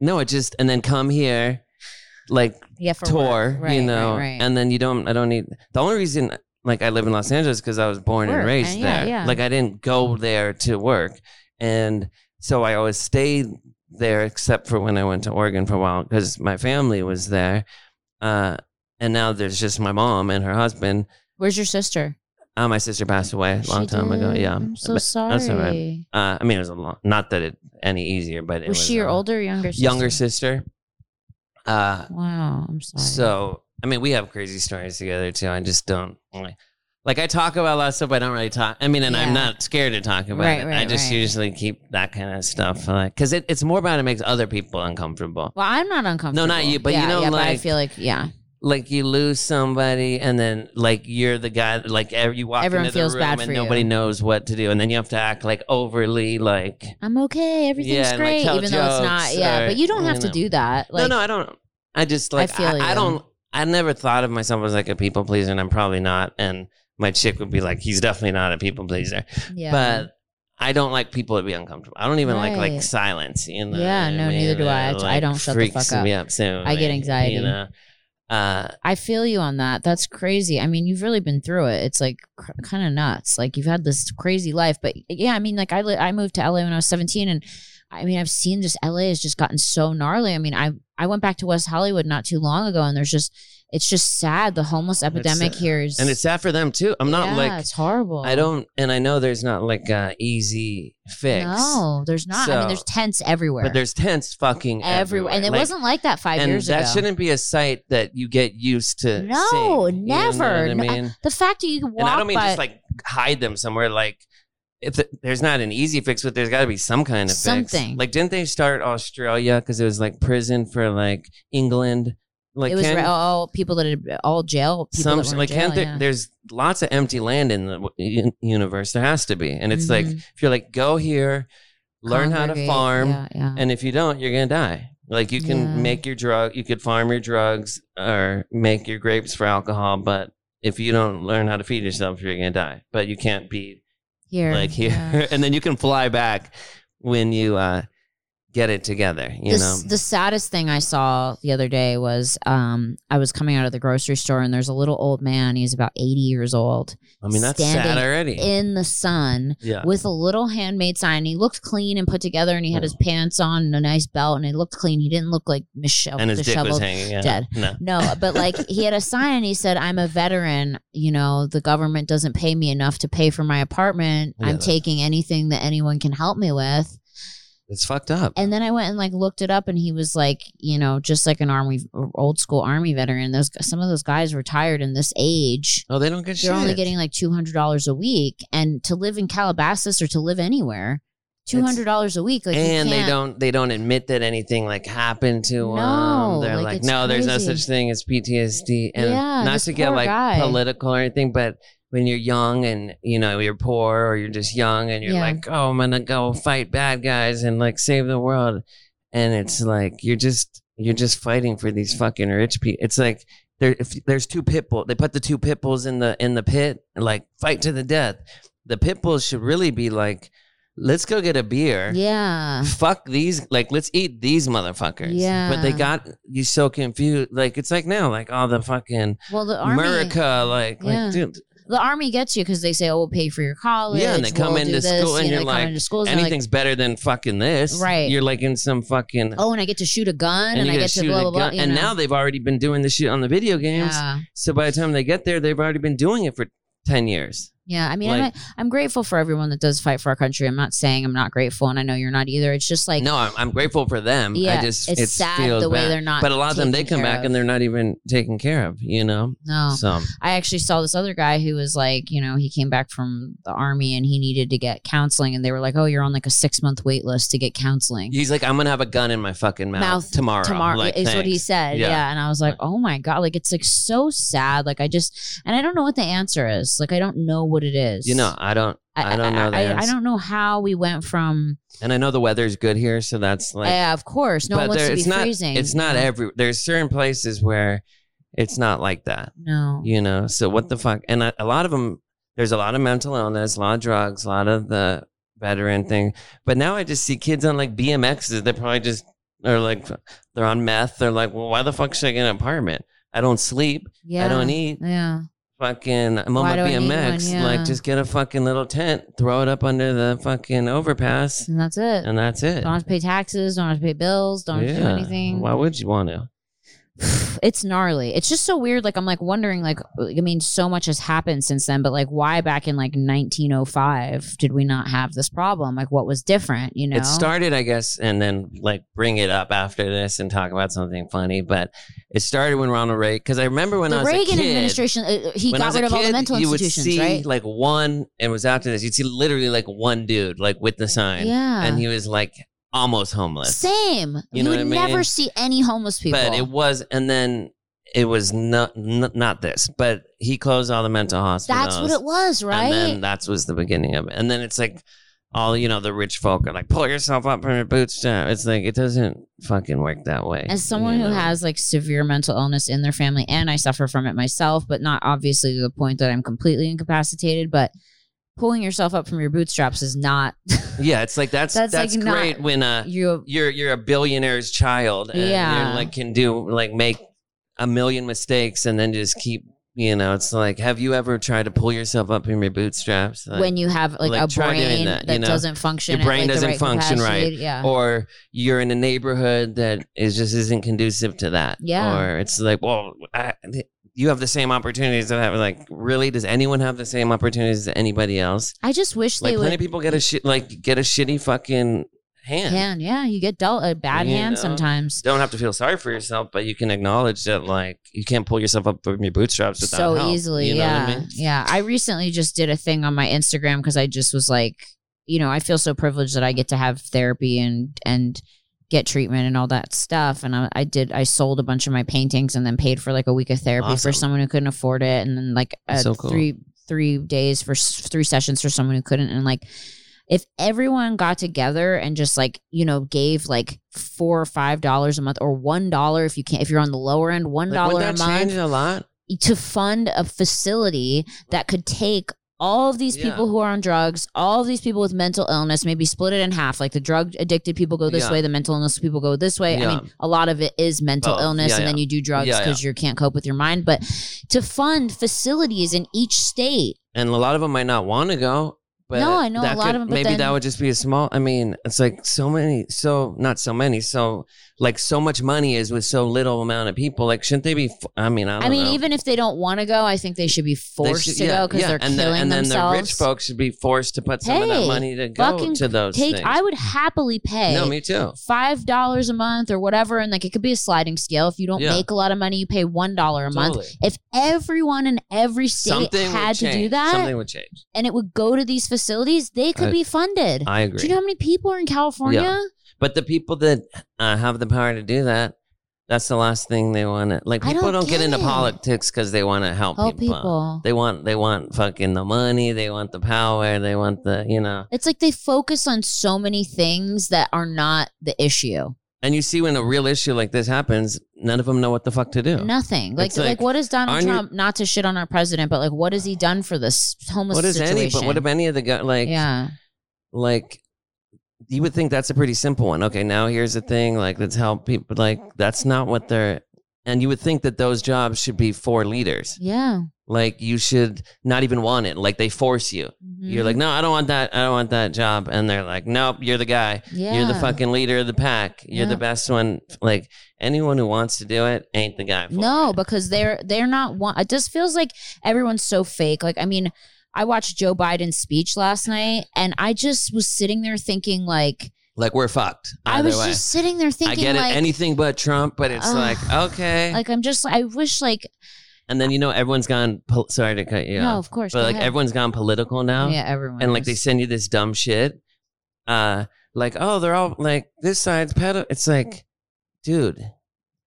Speaker 2: no, it just and then come here, like
Speaker 1: Yeah, for
Speaker 2: tour,
Speaker 1: work. Right,
Speaker 2: you know,
Speaker 1: right, right.
Speaker 2: and then you don't. I don't need the only reason. Like I live in Los Angeles because I was born
Speaker 1: Work,
Speaker 2: and raised
Speaker 1: and yeah,
Speaker 2: there.
Speaker 1: yeah. Mm-hmm.
Speaker 2: Like I didn't go there to work, and so I always stayed there except for when I went to Oregon for a while because my family was there. Uh, and now there's just my mom and her husband.
Speaker 1: Where's your sister?
Speaker 2: Uh, my sister passed away a long
Speaker 1: She
Speaker 2: time ago.
Speaker 1: did.
Speaker 2: Yeah,
Speaker 1: I'm so
Speaker 2: But-
Speaker 1: sorry.
Speaker 2: all right. uh, I mean, it was a long, not that it any easier, but it
Speaker 1: was,
Speaker 2: was,
Speaker 1: she your
Speaker 2: uh,
Speaker 1: older or younger sister?
Speaker 2: younger sister. Uh,
Speaker 1: Wow, I'm sorry.
Speaker 2: So, I mean, we have crazy stories together too. I just don't like, like I talk about a lot of stuff, but I don't really talk. I mean, and
Speaker 1: Yeah.
Speaker 2: I'm not scared to talk about
Speaker 1: Right,
Speaker 2: it. I
Speaker 1: right,
Speaker 2: just
Speaker 1: right.
Speaker 2: usually keep that kind of stuff like because it, it's more about it makes other people uncomfortable.
Speaker 1: well, I'm not uncomfortable.
Speaker 2: you, but you
Speaker 1: yeah,
Speaker 2: know,
Speaker 1: yeah, but I
Speaker 2: like-
Speaker 1: feel like yeah,
Speaker 2: Like you lose somebody, and then like you're the guy. Like every, you walk
Speaker 1: Everyone
Speaker 2: into the
Speaker 1: feels
Speaker 2: room
Speaker 1: bad
Speaker 2: and
Speaker 1: for you.
Speaker 2: nobody knows what to do, and then you have to act like overly like.
Speaker 1: I'm okay. Everything's
Speaker 2: and, like,
Speaker 1: great,
Speaker 2: tell
Speaker 1: even though it's not.
Speaker 2: jokes
Speaker 1: Yeah,
Speaker 2: or,
Speaker 1: but you don't
Speaker 2: you
Speaker 1: have to
Speaker 2: know.
Speaker 1: do that. Like,
Speaker 2: no, no, I don't. I just like I,
Speaker 1: feel
Speaker 2: I,
Speaker 1: you.
Speaker 2: don't. I never thought of myself as like a people pleaser, and I'm probably not. And my chick would be like, "He's definitely not a people pleaser."
Speaker 1: yeah.
Speaker 2: But I don't like people to be uncomfortable. I don't even like
Speaker 1: Right.
Speaker 2: like silence. You know.
Speaker 1: Yeah,
Speaker 2: what I
Speaker 1: no, neither do I.
Speaker 2: It,
Speaker 1: I don't shut the
Speaker 2: freaks
Speaker 1: fuck up.
Speaker 2: Me up so
Speaker 1: I get anxiety.
Speaker 2: You know. Uh,
Speaker 1: I feel you on that. That's crazy. I mean, you've really been through it. It's like cr- kind of nuts. Like you've had this crazy life, but yeah, I mean, like I li- I moved to LA when I was 17 and I mean, I've seen just LA has just gotten so gnarly. I mean, I I went back to West Hollywood not too long ago and there's just it's just sad the homeless epidemic here is
Speaker 2: uh, and it's sad for them too. I'm not
Speaker 1: yeah,
Speaker 2: like
Speaker 1: it's horrible.
Speaker 2: I don't, and I know there's not like a easy fix.
Speaker 1: No, there's not. I mean,
Speaker 2: So-
Speaker 1: there's tents everywhere.
Speaker 2: But there's tense fucking
Speaker 1: everywhere.
Speaker 2: everywhere,
Speaker 1: And it
Speaker 2: Like,
Speaker 1: wasn't like that 5
Speaker 2: and
Speaker 1: years
Speaker 2: that
Speaker 1: ago.
Speaker 2: shouldn't be a sight that you get used to.
Speaker 1: No,
Speaker 2: seeing, you know
Speaker 1: never.
Speaker 2: what
Speaker 1: No,
Speaker 2: I mean,
Speaker 1: the fact that you could walk
Speaker 2: and I don't mean
Speaker 1: by
Speaker 2: just like hide them somewhere. Like, if th- there's not an easy fix, but there's got to be some kind of
Speaker 1: Something.
Speaker 2: Fix. Like, didn't they start Australia because it was like prison for like England? Like,
Speaker 1: it was
Speaker 2: can-
Speaker 1: re- all people that had all jail. People
Speaker 2: some
Speaker 1: that were in
Speaker 2: like
Speaker 1: jail,
Speaker 2: can't there,
Speaker 1: yeah.
Speaker 2: there's lots of empty land in the w- u- universe. There has to be, and it's like
Speaker 1: Mhm.
Speaker 2: if you're like go here, learn how to
Speaker 1: Congregate,
Speaker 2: farm.
Speaker 1: Yeah, yeah.
Speaker 2: And if you don't, you're gonna die. Like you can
Speaker 1: Yeah.
Speaker 2: make your drug, you could farm your drugs or make your grapes for alcohol, but if you don't learn how to feed yourself, you're gonna die. But you can't be
Speaker 1: here,
Speaker 2: like here,
Speaker 1: yeah.
Speaker 2: and then you can fly back when you uh, get it together. You
Speaker 1: the,
Speaker 2: know,
Speaker 1: s- the saddest thing I saw the other day was um, I was coming out of the grocery store and there's a little old man. He's about 80 years old
Speaker 2: I mean that's sad
Speaker 1: standing
Speaker 2: already.
Speaker 1: in the sun
Speaker 2: yeah,
Speaker 1: with a little handmade sign. He looked clean and put together and he had his pants on and a nice belt and he looked clean. He didn't look like Michelle
Speaker 2: and his dick was
Speaker 1: disheveled.
Speaker 2: hanging out.
Speaker 1: dead.
Speaker 2: No,
Speaker 1: No, but like he had a sign and he said, I'm a veteran. You know, the government doesn't pay me enough to pay for my apartment.
Speaker 2: Yeah,
Speaker 1: I'm
Speaker 2: that-
Speaker 1: taking anything that anyone can help me with.
Speaker 2: it's fucked up.
Speaker 1: And then I went and like looked it up and he was like, you know, just like an army, old school army veteran. Those Some of those guys retired in this age.
Speaker 2: oh, they don't get
Speaker 1: They're
Speaker 2: shit.
Speaker 1: only getting like $200 a week. And to live in Calabasas or to live anywhere, $200 a week. Like, you
Speaker 2: and they
Speaker 1: can't-
Speaker 2: don't they don't admit that anything like happened to
Speaker 1: No,
Speaker 2: them. They're
Speaker 1: like,
Speaker 2: like,
Speaker 1: it's
Speaker 2: no, there's no
Speaker 1: crazy.
Speaker 2: such thing as PTSD, and
Speaker 1: Yeah,
Speaker 2: not
Speaker 1: this
Speaker 2: to get
Speaker 1: poor
Speaker 2: like
Speaker 1: guy.
Speaker 2: political or anything, but when you're young and you know you're poor or you're just young and you're
Speaker 1: Yeah.
Speaker 2: like, oh, I'm gonna go fight bad guys and like save the world, and it's like you're just you're just fighting for these fucking rich people. It's like. There, if there's two pit bull. They put the two pit bulls in the in the pit, and like fight to the death. The pit bulls should really be like, let's go get a beer
Speaker 1: Yeah.
Speaker 2: fuck these like let's eat these motherfuckers but they
Speaker 1: Yeah.
Speaker 2: got you so confused like it's like now like all the fucking
Speaker 1: Well, the army.
Speaker 2: america like
Speaker 1: Yeah.
Speaker 2: like dude
Speaker 1: the army gets you because they say, "Oh, we'll pay for your college."
Speaker 2: Yeah, and they come
Speaker 1: we'll do
Speaker 2: into
Speaker 1: this,
Speaker 2: school and
Speaker 1: you know, they
Speaker 2: you're
Speaker 1: come
Speaker 2: like,
Speaker 1: into schools and they're like,
Speaker 2: Anything's better than fucking this.
Speaker 1: Right.
Speaker 2: You're like in some fucking.
Speaker 1: "Oh, and I get to shoot a gun, and,
Speaker 2: you
Speaker 1: I
Speaker 2: gotta
Speaker 1: get to
Speaker 2: shoot
Speaker 1: blah
Speaker 2: a
Speaker 1: blah blah."
Speaker 2: gun.
Speaker 1: you
Speaker 2: And
Speaker 1: know?
Speaker 2: now they've already been doing this shit on the video games.
Speaker 1: yeah,
Speaker 2: So by the time they get there, they've already been doing it for 10 years.
Speaker 1: yeah. I mean,
Speaker 2: Like-
Speaker 1: I'm, I'm grateful for everyone that does fight for our country. I'm not saying I'm not grateful, and I know you're not either. It's just like,
Speaker 2: no, I'm, I'm grateful for them.
Speaker 1: yeah,
Speaker 2: I just,
Speaker 1: it's,
Speaker 2: it
Speaker 1: sad
Speaker 2: feels
Speaker 1: the way
Speaker 2: bad.
Speaker 1: they're not.
Speaker 2: But a lot of them, they
Speaker 1: taken
Speaker 2: come
Speaker 1: care
Speaker 2: back
Speaker 1: of. Oh.
Speaker 2: and they're not even taken care of, you know?
Speaker 1: no.
Speaker 2: So,
Speaker 1: I actually saw this other guy who was like, you know, he came back from the army and he needed to get counseling, and they were like, "Oh, you're on like a six month wait list to get counseling."
Speaker 2: he's like, I'm going to have a gun in my fucking mouth,
Speaker 1: Mouth
Speaker 2: tomorrow.
Speaker 1: tomorrow
Speaker 2: Like,
Speaker 1: is what he
Speaker 2: thanks.
Speaker 1: said yeah.
Speaker 2: Yeah.
Speaker 1: and i was like oh my god like it's like so sad like i just and i don't know what the answer is like i don't know what it is
Speaker 2: You know, I don't, I don't know the
Speaker 1: I, I
Speaker 2: answer.
Speaker 1: don't know how we went from
Speaker 2: and I know the weather's good here. So that's like,
Speaker 1: yeah of course uh, no one wants
Speaker 2: there-
Speaker 1: to be
Speaker 2: it's not,
Speaker 1: freezing
Speaker 2: it's not
Speaker 1: no,
Speaker 2: every, there's certain places where it's not like that,
Speaker 1: no.
Speaker 2: you know? So what the fuck? And a, a lot of them, there's a lot of mental illness, a lot of drugs, a lot of the veteran thing. But now I just see kids on like BMXs. They're probably just, they're like, they're on meth. They're like, well, why the fuck should I get an apartment? I don't sleep.
Speaker 1: yeah
Speaker 2: I don't eat.
Speaker 1: yeah
Speaker 2: fucking I'm on
Speaker 1: Why
Speaker 2: my
Speaker 1: do I need
Speaker 2: BMX.
Speaker 1: one? Yeah.
Speaker 2: Like just get a fucking little tent, throw it up under the fucking overpass,
Speaker 1: and that's it
Speaker 2: and that's it.
Speaker 1: don't have to pay taxes don't have to pay bills don't have to do
Speaker 2: Yeah.
Speaker 1: anything
Speaker 2: Why would you want to?
Speaker 1: it's gnarly. It's just so weird. Like I'm like wondering. Like I mean, so much has happened since then, but like why back in like 1905 did we not have this problem? Like what was different? You know,
Speaker 2: It started, I guess, and then like bring it up after this and talk about something funny. But it started when Ronald Reagan, because I remember when I
Speaker 1: the
Speaker 2: was
Speaker 1: Reagan
Speaker 2: a kid,
Speaker 1: administration. Uh, he
Speaker 2: when I
Speaker 1: got
Speaker 2: was a
Speaker 1: rid of all the
Speaker 2: kid,
Speaker 1: mental
Speaker 2: you would
Speaker 1: institutions,
Speaker 2: see
Speaker 1: right?
Speaker 2: like one, and it was after this. You'd see literally like one dude, like with the sign,
Speaker 1: yeah,
Speaker 2: and he was like almost homeless.
Speaker 1: same. You,
Speaker 2: know
Speaker 1: would
Speaker 2: what I mean?
Speaker 1: never see any homeless people.
Speaker 2: But it was, and then it was not n- not this, but he closed all the mental hospitals.
Speaker 1: that's what it was, right?
Speaker 2: And then that was the beginning of it. And then it's like all you know, the rich folk are like, pull yourself up from your bootstrap. It's like it doesn't fucking work that way.
Speaker 1: As someone
Speaker 2: you
Speaker 1: who
Speaker 2: know?
Speaker 1: has like severe mental illness in their family, and I suffer from it myself, but not obviously to the point that I'm completely incapacitated, but pulling yourself up from your bootstraps is not
Speaker 2: yeah, it's like that's
Speaker 1: That's,
Speaker 2: that's,
Speaker 1: like, not-
Speaker 2: great when uh
Speaker 1: you.
Speaker 2: you're you're a billionaire's child and
Speaker 1: Yeah.
Speaker 2: you're like can do like make a million mistakes and then just keep you know it's like have you ever tried to pull yourself up from your bootstraps Like-
Speaker 1: when you have like,
Speaker 2: like,
Speaker 1: a
Speaker 2: try doing
Speaker 1: brain that,
Speaker 2: that, you know?
Speaker 1: doesn't function,
Speaker 2: Your
Speaker 1: at,
Speaker 2: brain
Speaker 1: like, the
Speaker 2: doesn't
Speaker 1: right
Speaker 2: function
Speaker 1: capacity.
Speaker 2: right.
Speaker 1: Yeah,
Speaker 2: or you're in a neighborhood that is just isn't conducive to that.
Speaker 1: Yeah.
Speaker 2: Or it's like, well, I, you have the same opportunities that I have. Like, really? Does anyone have the same opportunities as anybody else?
Speaker 1: I just wish
Speaker 2: Like,
Speaker 1: they
Speaker 2: plenty
Speaker 1: would.
Speaker 2: of people get a shit, like get a shitty fucking hand.
Speaker 1: Can yeah, you get dealt a bad
Speaker 2: You
Speaker 1: hand
Speaker 2: know?
Speaker 1: sometimes.
Speaker 2: Don't have to feel sorry for yourself, but you can acknowledge that like you can't pull yourself up from your bootstraps without
Speaker 1: so
Speaker 2: help.
Speaker 1: easily.
Speaker 2: You know
Speaker 1: yeah.
Speaker 2: what I mean?
Speaker 1: Yeah. I recently just did a thing on my Instagram because I just was like, you know, I feel so privileged that I get to have therapy and, and, get treatment and all that stuff and I, I did i sold a bunch of my paintings and then paid for like a week of therapy for
Speaker 2: Awesome.
Speaker 1: someone who couldn't afford it and then like uh,
Speaker 2: That's so cool.
Speaker 1: three three days for s- three sessions for someone who couldn't and like if everyone got together and just like you know gave like four or five dollars a month or one dollar if you can't if you're on the lower end one
Speaker 2: Like,
Speaker 1: dollar
Speaker 2: would
Speaker 1: a
Speaker 2: that
Speaker 1: month
Speaker 2: change a lot?
Speaker 1: to fund a facility that could take all of these people
Speaker 2: Yeah.
Speaker 1: who are on drugs, all of these people with mental illness, maybe split it in half. Like the drug addicted people go this
Speaker 2: Yeah.
Speaker 1: way, the mental illness people go this way. I
Speaker 2: Yeah.
Speaker 1: mean, a lot of it is mental
Speaker 2: Both.
Speaker 1: illness,
Speaker 2: Yeah,
Speaker 1: and then
Speaker 2: yeah.
Speaker 1: you do drugs
Speaker 2: Yeah,
Speaker 1: because you can't cope with your mind. But to fund facilities in each state,
Speaker 2: and a lot of them might not want to go. But
Speaker 1: No, I know a
Speaker 2: that
Speaker 1: lot
Speaker 2: could-
Speaker 1: of 'em, but
Speaker 2: Maybe that
Speaker 1: then-
Speaker 2: would just be a small. I mean, it's like so many, so not so many, so like so much money is with so little amount of people. Like, shouldn't they be? f- I mean, I,
Speaker 1: I,
Speaker 2: don't
Speaker 1: mean,
Speaker 2: know.
Speaker 1: even if they don't want to go, I think they should be
Speaker 2: They
Speaker 1: forced
Speaker 2: should-
Speaker 1: to go because they're
Speaker 2: and
Speaker 1: killing
Speaker 2: the, and
Speaker 1: themselves.
Speaker 2: then the rich folks should be forced to put some of
Speaker 1: Hey,
Speaker 2: that money to go
Speaker 1: fucking
Speaker 2: to those
Speaker 1: Take,
Speaker 2: things.
Speaker 1: I would happily pay.
Speaker 2: no, me too.
Speaker 1: five dollars a month or whatever and like it could be a sliding scale if you don't
Speaker 2: Yeah.
Speaker 1: make a lot of money you pay one dollar a month
Speaker 2: Totally.
Speaker 1: if everyone in every state
Speaker 2: Something would
Speaker 1: had to do
Speaker 2: change.
Speaker 1: that
Speaker 2: Something would change.
Speaker 1: and it would go to these facilities they could
Speaker 2: I-
Speaker 1: be funded
Speaker 2: I agree.
Speaker 1: do you know how many people are in california
Speaker 2: But the people that uh, have the power to do that, that's the last thing they want to. Like
Speaker 1: I
Speaker 2: people
Speaker 1: don't
Speaker 2: don't,
Speaker 1: get
Speaker 2: get, into
Speaker 1: it.
Speaker 2: politics because they want to help
Speaker 1: help Oh, people
Speaker 2: They want they want fucking the money, they want the power, they want the you know.
Speaker 1: it's like they focus on so many things that are not the issue.
Speaker 2: And you see when a real issue like this happens, none of them know what the fuck to do.
Speaker 1: Nothing. Like,
Speaker 2: It's
Speaker 1: like,
Speaker 2: like,
Speaker 1: what has Donald
Speaker 2: aren't you-
Speaker 1: Trump, not to shit on our president, but like, what has he done for this homeless
Speaker 2: what is any?
Speaker 1: situation?
Speaker 2: But what if any of the guy like
Speaker 1: yeah.
Speaker 2: like you would think that's a pretty simple one. Okay, now here's the thing. Like let's help people. Like that's not what they're. And you would think that those jobs should be for leaders.
Speaker 1: Yeah.
Speaker 2: Like you should not even want it. Like they force you. You're
Speaker 1: Mm-hmm.
Speaker 2: like, no, I don't want that. I don't want that job. And they're like, nope, you're the guy.
Speaker 1: yeah.
Speaker 2: You're the fucking leader of the pack. You're
Speaker 1: Yeah.
Speaker 2: the best one. Like anyone who wants to do it ain't the guy. For
Speaker 1: No,
Speaker 2: it.
Speaker 1: because they're they're not one. It just feels like everyone's so fake. Like I mean, I watched Joe Biden's speech last night, and I just was sitting there thinking, like
Speaker 2: like we're fucked.
Speaker 1: I
Speaker 2: Either
Speaker 1: was
Speaker 2: way.
Speaker 1: just sitting there
Speaker 2: I
Speaker 1: thinking,
Speaker 2: get it.
Speaker 1: like
Speaker 2: Anything but Trump. But it's
Speaker 1: Ugh.
Speaker 2: like okay.
Speaker 1: like I'm just I wish like
Speaker 2: and then you know everyone's gone. Po- sorry to cut you
Speaker 1: no,
Speaker 2: off.
Speaker 1: of course,
Speaker 2: But
Speaker 1: go
Speaker 2: like
Speaker 1: ahead.
Speaker 2: everyone's gone political now.
Speaker 1: yeah, everyone,
Speaker 2: and like they
Speaker 1: is.
Speaker 2: send you this dumb shit. Uh, like oh, they're all like this side's pedo. It's like, dude,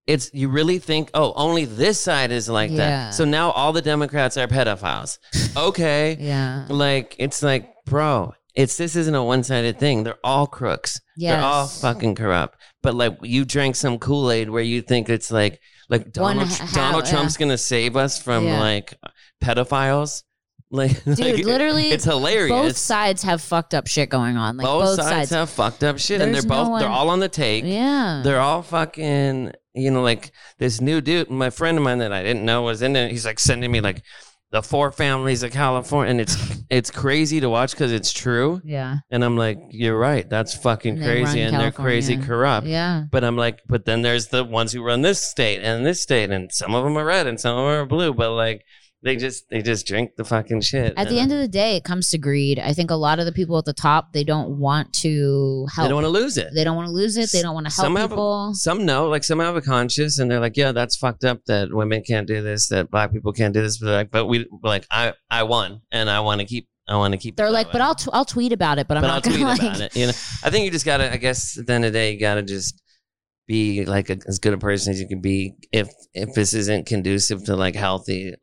Speaker 2: it's you really think oh, only this side is like
Speaker 1: Yeah.
Speaker 2: that. So now all the Democrats are pedophiles. okay,
Speaker 1: yeah,
Speaker 2: like it's like bro, it's this isn't a one sided thing. They're all crooks.
Speaker 1: yeah,
Speaker 2: They're all fucking corrupt. But like you drank some Kool Aid where you think it's like like
Speaker 1: One
Speaker 2: Donald
Speaker 1: ho-
Speaker 2: Donald
Speaker 1: how-
Speaker 2: Trump's gonna save us from
Speaker 1: Yeah.
Speaker 2: like pedophiles. Like,
Speaker 1: Dude,
Speaker 2: like,
Speaker 1: literally,
Speaker 2: it's hilarious.
Speaker 1: both sides have fucked up shit going on. Like
Speaker 2: both,
Speaker 1: both,
Speaker 2: sides, have fucked up shit, and they're
Speaker 1: There's no
Speaker 2: both they're
Speaker 1: one-
Speaker 2: all on the take.
Speaker 1: yeah,
Speaker 2: They're all fucking, you know, like this new dude, my friend of mine that I didn't know was in it. He's like sending me like the four families of California, and it's it's crazy to watch because it's true.
Speaker 1: yeah,
Speaker 2: And I'm like, you're right, that's fucking
Speaker 1: And they
Speaker 2: crazy, and
Speaker 1: run
Speaker 2: they're crazy
Speaker 1: California.
Speaker 2: corrupt.
Speaker 1: yeah,
Speaker 2: But I'm like, but then there's the ones who run this state and this state, and some of them are red and some of them are blue. But like, they just they just drink the fucking shit.
Speaker 1: At the
Speaker 2: and
Speaker 1: end of the day, it comes to greed. I think a lot of the people at the top they don't want to
Speaker 2: they
Speaker 1: help.
Speaker 2: don't want to lose it.
Speaker 1: They don't want to lose it. They don't want to help
Speaker 2: Some have-
Speaker 1: people.
Speaker 2: Some know, like some have a conscience, and they're like, "Yeah, that's fucked up that women can't do this, that black people can't do this." But they're like, but we like, I I won, and I want to keep, I want to keep. it
Speaker 1: They're
Speaker 2: that
Speaker 1: like,
Speaker 2: way."
Speaker 1: but I'll t- I'll tweet about it, but I'm
Speaker 2: but
Speaker 1: not
Speaker 2: I'll
Speaker 1: gonna
Speaker 2: tweet
Speaker 1: like.
Speaker 2: about it. You know, I think you just gotta. I guess at the end of the day, you gotta just be like a, as good a person as you can be. If if this isn't conducive to like healthy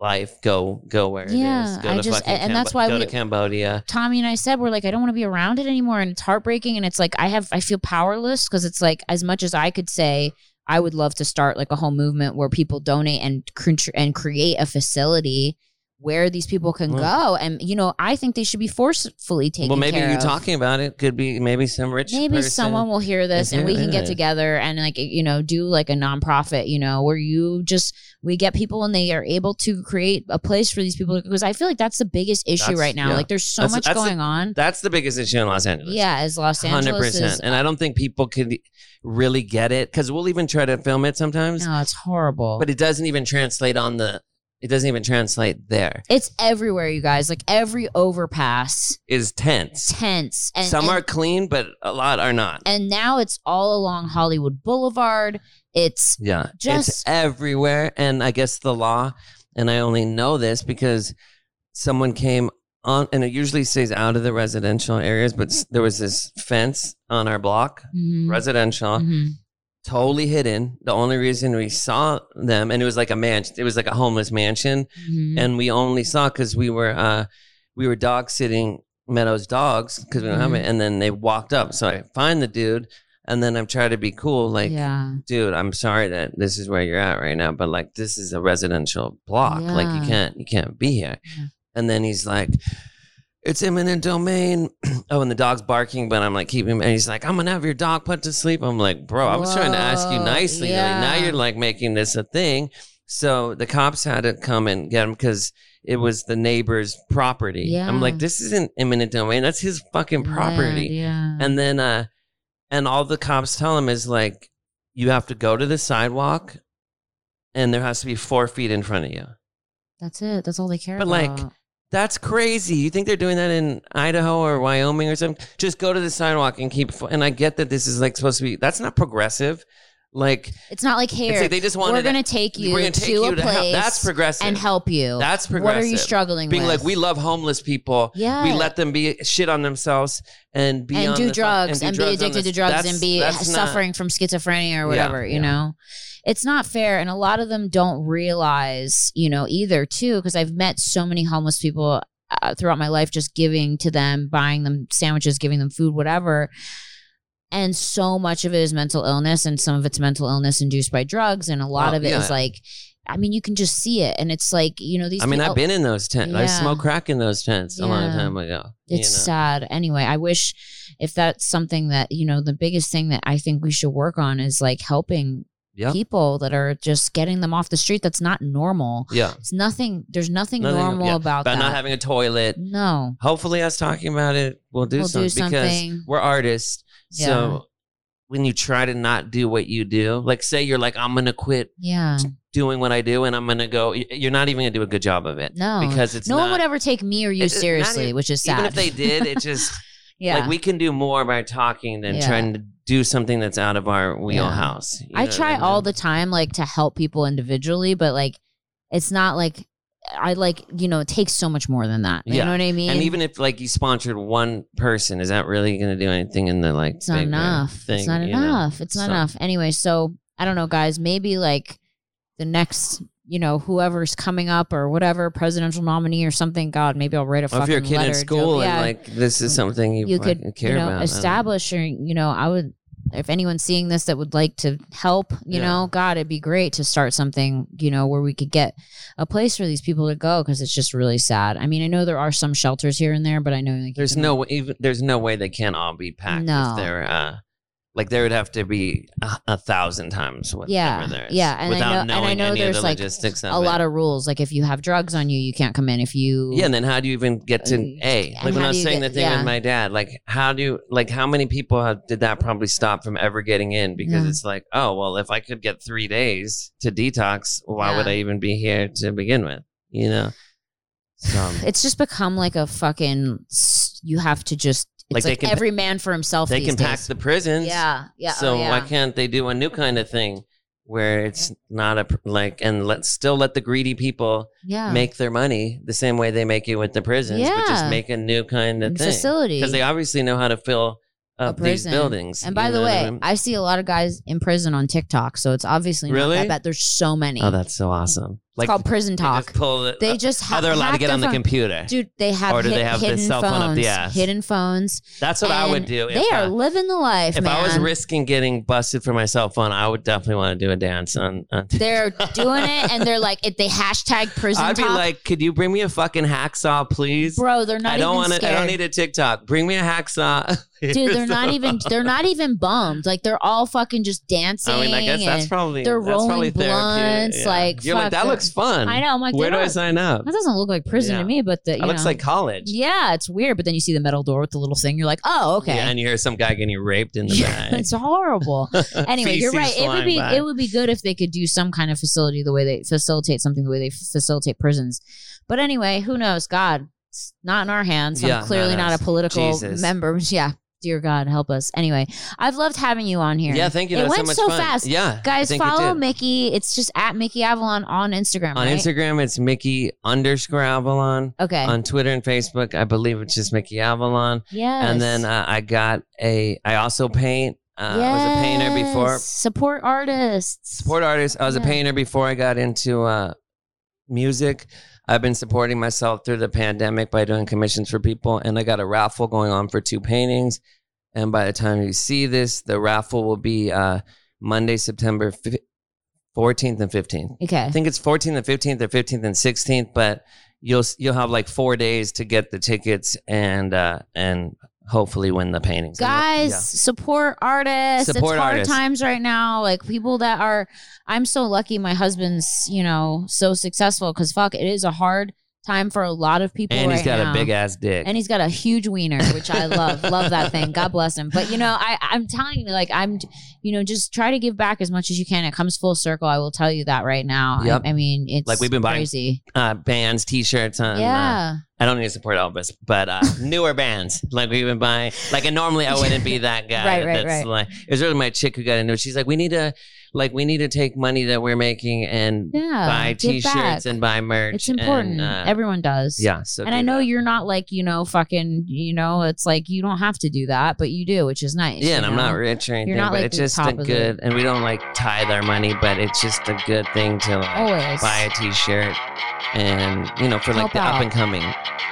Speaker 2: life, go go where it is.
Speaker 1: Yeah,
Speaker 2: Go
Speaker 1: I
Speaker 2: to
Speaker 1: just-
Speaker 2: fucking
Speaker 1: and
Speaker 2: Cambo-
Speaker 1: that's why
Speaker 2: go
Speaker 1: we-
Speaker 2: to Cambodia.
Speaker 1: Tommy and I said we're like I don't want to be around it anymore, and it's heartbreaking, and it's like I have I feel powerless because it's like as much as I could say I would love to start like a whole movement where people donate and contr- and create a facility where these people can
Speaker 2: Mm.
Speaker 1: go, and you know I think they should be forcefully taken.
Speaker 2: Well, maybe
Speaker 1: care
Speaker 2: you
Speaker 1: of.
Speaker 2: talking about it could be maybe some rich
Speaker 1: maybe
Speaker 2: person.
Speaker 1: someone will hear this
Speaker 2: is eh?
Speaker 1: and we
Speaker 2: here,
Speaker 1: can get
Speaker 2: yeah.
Speaker 1: together and like you know do like a nonprofit you know where you just we get people and they are able to create a place for these people because i feel like that's the biggest issue
Speaker 2: That's-
Speaker 1: right now
Speaker 2: yeah.
Speaker 1: like there's so
Speaker 2: That's-
Speaker 1: much
Speaker 2: that's the-
Speaker 1: going on
Speaker 2: That's the biggest issue in Los Angeles.
Speaker 1: yeah as los
Speaker 2: Hundred
Speaker 1: angeles
Speaker 2: percent,
Speaker 1: is
Speaker 2: and I don't think people could really get it because we'll even try to film it sometimes,
Speaker 1: no it's horrible
Speaker 2: but it doesn't even translate on the. It doesn't even translate there.
Speaker 1: it's everywhere you guys like every overpass
Speaker 2: Is tense.
Speaker 1: tense and
Speaker 2: Some
Speaker 1: and,
Speaker 2: are clean, but a lot are not.
Speaker 1: and now it's all along hollywood boulevard it's
Speaker 2: Yeah. it's
Speaker 1: Just-
Speaker 2: everywhere. And I guess the law, and I only know this because someone came on, and it usually stays out of the residential areas, but s- there was this fence on our block,
Speaker 1: Mhm,
Speaker 2: residential,
Speaker 1: mhm.
Speaker 2: totally hidden. The only reason we saw them, and it was like a mansion, it was like a homeless mansion.
Speaker 1: Mhm.
Speaker 2: and we only saw because we were uh we were dog sitting Meadows dogs because we don't have
Speaker 1: Mhm.
Speaker 2: it, and then they walked up. So I find the dude, and then I'm trying to be cool, like,
Speaker 1: yeah
Speaker 2: dude, I'm sorry that this is where you're at right now, but like this is a residential block, like you
Speaker 1: Yeah.
Speaker 2: can't you can't be here.
Speaker 1: Yeah.
Speaker 2: And then he's like. It's eminent domain. oh, and the dog's barking, but I'm like, keep him. And he's like, I'm gonna have your dog put to sleep. I'm like, bro, I was trying to ask you
Speaker 1: Whoa,
Speaker 2: nicely. like, now
Speaker 1: yeah.
Speaker 2: you're like making this a thing. So the cops had to come and get him because it was the neighbor's property. I'm
Speaker 1: Yeah.
Speaker 2: like, this isn't eminent domain. That's his fucking property.
Speaker 1: Land, yeah
Speaker 2: And then uh and all the cops tell him is like you have to go to the sidewalk and there has to be four feet in front of you.
Speaker 1: That's it. That's all they care
Speaker 2: But, like,
Speaker 1: about.
Speaker 2: That's crazy. You think they're doing that in Idaho or Wyoming or something? Just go to the sidewalk and keep. And I get that this is like supposed to be. That's not progressive. Like,
Speaker 1: it's not like
Speaker 2: it's
Speaker 1: here.
Speaker 2: like they just wanted.
Speaker 1: we're gonna take you
Speaker 2: we're gonna
Speaker 1: to
Speaker 2: take
Speaker 1: a
Speaker 2: you to
Speaker 1: place
Speaker 2: help. That's progressive.
Speaker 1: and help you.
Speaker 2: That's
Speaker 1: what
Speaker 2: progressive.
Speaker 1: are you struggling
Speaker 2: Being
Speaker 1: with?
Speaker 2: like, we love homeless people.
Speaker 1: yeah,
Speaker 2: We let them be shit on themselves and be
Speaker 1: and
Speaker 2: on
Speaker 1: do
Speaker 2: the-
Speaker 1: drugs and,
Speaker 2: drugs on
Speaker 1: be addicted
Speaker 2: the-
Speaker 1: to drugs
Speaker 2: that's-
Speaker 1: and be
Speaker 2: that's not-
Speaker 1: suffering from schizophrenia
Speaker 2: Yeah,
Speaker 1: or whatever. you
Speaker 2: yeah.
Speaker 1: know, it's not fair, and a lot of them don't realize, you know, either too. Because I've met so many homeless people uh, throughout my life, just giving to them, buying them sandwiches, giving them food, whatever. And so much of it is mental illness, and some of it's mental illness induced by drugs, and a lot
Speaker 2: Oh,
Speaker 1: of it is
Speaker 2: yeah.
Speaker 1: like, I mean, you can just see it, and it's like, you know, these.
Speaker 2: I mean,
Speaker 1: people,
Speaker 2: I've been in those tents. I
Speaker 1: Yeah.
Speaker 2: smoked crack in those tents a long
Speaker 1: Yeah.
Speaker 2: time ago. you
Speaker 1: it's
Speaker 2: know?
Speaker 1: sad anyway i wish if that's something that you know the biggest thing that i think we should work on is like helping
Speaker 2: Yeah.
Speaker 1: people that are just getting them off the street. That's not normal.
Speaker 2: Yeah.
Speaker 1: It's nothing. There's nothing,
Speaker 2: Nothing-
Speaker 1: normal
Speaker 2: yeah.
Speaker 1: about that.
Speaker 2: About not having a toilet.
Speaker 1: no,
Speaker 2: Hopefully, us talking about it will do,
Speaker 1: we'll
Speaker 2: something,
Speaker 1: do
Speaker 2: because
Speaker 1: something.
Speaker 2: we're artists.
Speaker 1: Yeah.
Speaker 2: So when you try to not do what you do, like say you're like, I'm going to quit
Speaker 1: Yeah,
Speaker 2: doing what I do and I'm going to go, y- you're not even going to do a good job of it.
Speaker 1: No.
Speaker 2: Because it's
Speaker 1: no
Speaker 2: not,
Speaker 1: one would ever take me or you
Speaker 2: It- it- not
Speaker 1: seriously,
Speaker 2: even-
Speaker 1: which is sad.
Speaker 2: even if they did, it just,
Speaker 1: yeah,
Speaker 2: like we can do more by talking than
Speaker 1: Yeah.
Speaker 2: trying to do something that's out of our wheelhouse. You
Speaker 1: I
Speaker 2: know
Speaker 1: try
Speaker 2: what
Speaker 1: all
Speaker 2: mean?
Speaker 1: the time, like to help people individually, but like it's not like I like you know it takes so much more than that. You
Speaker 2: Yeah.
Speaker 1: know what I mean?
Speaker 2: And even if like you sponsored one person, is that really going to do anything in the like?
Speaker 1: it's not
Speaker 2: bigger
Speaker 1: enough.
Speaker 2: Thing,
Speaker 1: it's not
Speaker 2: you know?
Speaker 1: enough. It's not
Speaker 2: So-
Speaker 1: enough. Anyway, so I don't know, guys. Maybe like the next, you know, whoever's coming up or whatever presidential nominee or something. God, maybe I'll write a
Speaker 2: Well, if
Speaker 1: fucking
Speaker 2: you're a kid
Speaker 1: letter.
Speaker 2: in school
Speaker 1: Joe.
Speaker 2: and
Speaker 1: Yeah,
Speaker 2: like this is something you,
Speaker 1: you could
Speaker 2: fucking care
Speaker 1: you know
Speaker 2: about, I don't
Speaker 1: establish or you know I would. If anyone's seeing this that would like to help, you
Speaker 2: Yeah.
Speaker 1: know, God, it'd be great to start something, you know, where we could get a place for these people to go because it's just really sad. I mean, I know there are some shelters here and there, but I know like you
Speaker 2: There's
Speaker 1: can-
Speaker 2: no way, even there's no way they can all be packed.
Speaker 1: No.
Speaker 2: If they're, uh, like there would have to be a, a thousand times what
Speaker 1: Yeah,
Speaker 2: number there is.
Speaker 1: yeah, and I
Speaker 2: without
Speaker 1: know- and I
Speaker 2: knowing
Speaker 1: know
Speaker 2: any
Speaker 1: there's,
Speaker 2: of the
Speaker 1: like,
Speaker 2: logistics of
Speaker 1: a
Speaker 2: it.
Speaker 1: lot of rules. Like if you have drugs on you, you can't come in. If you
Speaker 2: yeah, and then how do you even get to
Speaker 1: Mm. And
Speaker 2: A?
Speaker 1: how
Speaker 2: Like
Speaker 1: do
Speaker 2: when I was
Speaker 1: you
Speaker 2: saying
Speaker 1: get-
Speaker 2: the thing
Speaker 1: yeah.
Speaker 2: with my dad, like how do you like how many people have, did that probably stop from ever getting in because
Speaker 1: Yeah.
Speaker 2: it's like, oh well, if I could get three days to detox, why would
Speaker 1: Yeah.
Speaker 2: I even be here to begin with? You know, so
Speaker 1: it's just become like a fucking. s- You have to just. It's like,
Speaker 2: Like, they can-
Speaker 1: every man for himself.
Speaker 2: they
Speaker 1: these
Speaker 2: can pack
Speaker 1: days.
Speaker 2: the prisons.
Speaker 1: Yeah, yeah.
Speaker 2: So
Speaker 1: oh, yeah.
Speaker 2: why can't they do a new kind of thing where it's not a pr- like and let still let the greedy people
Speaker 1: yeah.
Speaker 2: make their money the same way they make it with the prisons, but
Speaker 1: Yeah.
Speaker 2: just make a new kind of
Speaker 1: And
Speaker 2: thing.
Speaker 1: facility.
Speaker 2: because they obviously know how to fill up these
Speaker 1: prison.
Speaker 2: buildings.
Speaker 1: and by
Speaker 2: you
Speaker 1: the
Speaker 2: know what
Speaker 1: way,
Speaker 2: I mean?
Speaker 1: I see a lot of guys in prison on TikTok, so it's obviously
Speaker 2: Really?
Speaker 1: Not that bad. There's so many.
Speaker 2: oh, that's so awesome!
Speaker 1: it's called prison
Speaker 2: they
Speaker 1: talk.
Speaker 2: Just pull the,
Speaker 1: they
Speaker 2: uh,
Speaker 1: just ha-
Speaker 2: oh, they're allowed to
Speaker 1: hack
Speaker 2: get
Speaker 1: their
Speaker 2: on the
Speaker 1: phone.
Speaker 2: computer.
Speaker 1: Dude, they have,
Speaker 2: Or do
Speaker 1: hid-
Speaker 2: they have the
Speaker 1: hidden
Speaker 2: cell phone
Speaker 1: phones.
Speaker 2: up the ass?
Speaker 1: Hidden phones.
Speaker 2: that's what I would
Speaker 1: And
Speaker 2: do. If,
Speaker 1: They are
Speaker 2: uh,
Speaker 1: living the life,
Speaker 2: if I was
Speaker 1: man.
Speaker 2: risking getting busted for my cell phone, I would definitely want to do a dance on. on
Speaker 1: They're doing it, and they're like, if they hashtag prison
Speaker 2: I'd be
Speaker 1: talk,
Speaker 2: like, could you bring me a fucking hacksaw, please?
Speaker 1: bro, they're not
Speaker 2: I
Speaker 1: even
Speaker 2: don't want to. I
Speaker 1: scared.
Speaker 2: don't need a TikTok. Bring me a hacksaw,
Speaker 1: Dude, they're not even they're not even bummed. Like they're all fucking just dancing.
Speaker 2: I mean, I guess that's
Speaker 1: and-
Speaker 2: probably
Speaker 1: they're
Speaker 2: that's probably
Speaker 1: rolling blunts,
Speaker 2: therapeutic,
Speaker 1: like,
Speaker 2: you're
Speaker 1: fuck,
Speaker 2: like that
Speaker 1: they're-
Speaker 2: looks fun.
Speaker 1: I know. I'm like,
Speaker 2: Where
Speaker 1: they
Speaker 2: do I
Speaker 1: don't-
Speaker 2: sign up?
Speaker 1: That doesn't look like prison
Speaker 2: Yeah.
Speaker 1: to me, but the you
Speaker 2: That looks
Speaker 1: know.
Speaker 2: like college.
Speaker 1: yeah, it's weird. But then you see the metal door with the little thing. You're like, oh, okay.
Speaker 2: Yeah, and you hear some guy getting raped in the
Speaker 1: Yeah,
Speaker 2: back.
Speaker 1: it's horrible. Anyway, you're
Speaker 2: Feces
Speaker 1: right. It would
Speaker 2: flying
Speaker 1: be
Speaker 2: by.
Speaker 1: it would be good if they could do some kind of facility the way they facilitate something the way they facilitate prisons. But anyway, who knows? God, it's not in our hands.
Speaker 2: Yeah,
Speaker 1: I'm
Speaker 2: not
Speaker 1: clearly not,
Speaker 2: us.
Speaker 1: a political
Speaker 2: Jesus.
Speaker 1: member. Yeah, dear God, help us. Anyway, I've loved having you on here.
Speaker 2: Yeah, thank you.
Speaker 1: It
Speaker 2: That's
Speaker 1: went
Speaker 2: so much
Speaker 1: so
Speaker 2: fun.
Speaker 1: fast.
Speaker 2: Yeah, I
Speaker 1: guys,
Speaker 2: think it
Speaker 1: follow
Speaker 2: did.
Speaker 1: Mickey. It's just at Mickey Avalon on Instagram.
Speaker 2: on
Speaker 1: right?
Speaker 2: Instagram. It's Mickey underscore Avalon.
Speaker 1: Okay.
Speaker 2: On Twitter and Facebook, I believe it's just Mickey Avalon.
Speaker 1: yes.
Speaker 2: And then uh, I got a. I also paint. Uh, I was a painter before.
Speaker 1: Yes. Support artists.
Speaker 2: support artists. I was
Speaker 1: Yeah.
Speaker 2: a painter before I got into uh, music. I've been supporting myself through the pandemic by doing commissions for people, and I got a raffle going on for two paintings. And by the time you see this, the raffle will be uh, Monday, September fourteenth and fifteenth.
Speaker 1: Okay.
Speaker 2: I think it's 14th and 15th or 15th and 16th, but you'll you'll have like four days to get the tickets and uh, and hopefully win the paintings. And, uh,
Speaker 1: guys
Speaker 2: yeah.
Speaker 1: support artists
Speaker 2: Support
Speaker 1: it's hard
Speaker 2: artists.
Speaker 1: times right now like people that are i'm so lucky my husband's you know so successful because fuck it is a hard time for a lot of people
Speaker 2: and
Speaker 1: right
Speaker 2: he's got
Speaker 1: now.
Speaker 2: a big ass dick.
Speaker 1: and he's got a huge wiener which i love love that thing god bless him but you know i i'm telling you like i'm you know just try to give back as much as you can it comes full circle i will tell you that right now I-
Speaker 2: Yep.
Speaker 1: I, mean it's
Speaker 2: Like, we've been buying-
Speaker 1: crazy
Speaker 2: uh, bands, t-shirts on. Uh,
Speaker 1: yeah
Speaker 2: I don't need to support Elvis, but uh, newer bands like we've been buying. Like, and normally I wouldn't be that guy.
Speaker 1: Right, right,
Speaker 2: that's
Speaker 1: right.
Speaker 2: Like, it was really my chick who got into it. She's like, we need to, like, we need to take money that we're making and
Speaker 1: yeah
Speaker 2: buy
Speaker 1: give
Speaker 2: t-shirts
Speaker 1: back.
Speaker 2: and buy merch.
Speaker 1: it's important
Speaker 2: And, uh,
Speaker 1: everyone does
Speaker 2: yeah. So
Speaker 1: and I
Speaker 2: do
Speaker 1: know
Speaker 2: that.
Speaker 1: you're not like you know fucking you know it's like you don't have to do that, but you do, which is nice.
Speaker 2: Yeah,
Speaker 1: you
Speaker 2: and I'm
Speaker 1: know?
Speaker 2: not rich or anything,
Speaker 1: not,
Speaker 2: but
Speaker 1: like,
Speaker 2: it's
Speaker 1: the
Speaker 2: just
Speaker 1: top
Speaker 2: a
Speaker 1: of the-
Speaker 2: good, and we don't like tithe our money, but it's just a good thing to like
Speaker 1: always
Speaker 2: buy a t-shirt and you know for
Speaker 1: Help
Speaker 2: like the
Speaker 1: out.
Speaker 2: up and coming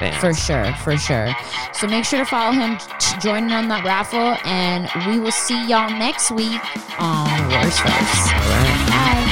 Speaker 2: bands.
Speaker 1: for sure, for sure. So make sure to follow him, j- join in on that raffle, and we will see y'all next week on Worst First.
Speaker 2: All right.
Speaker 1: Bye.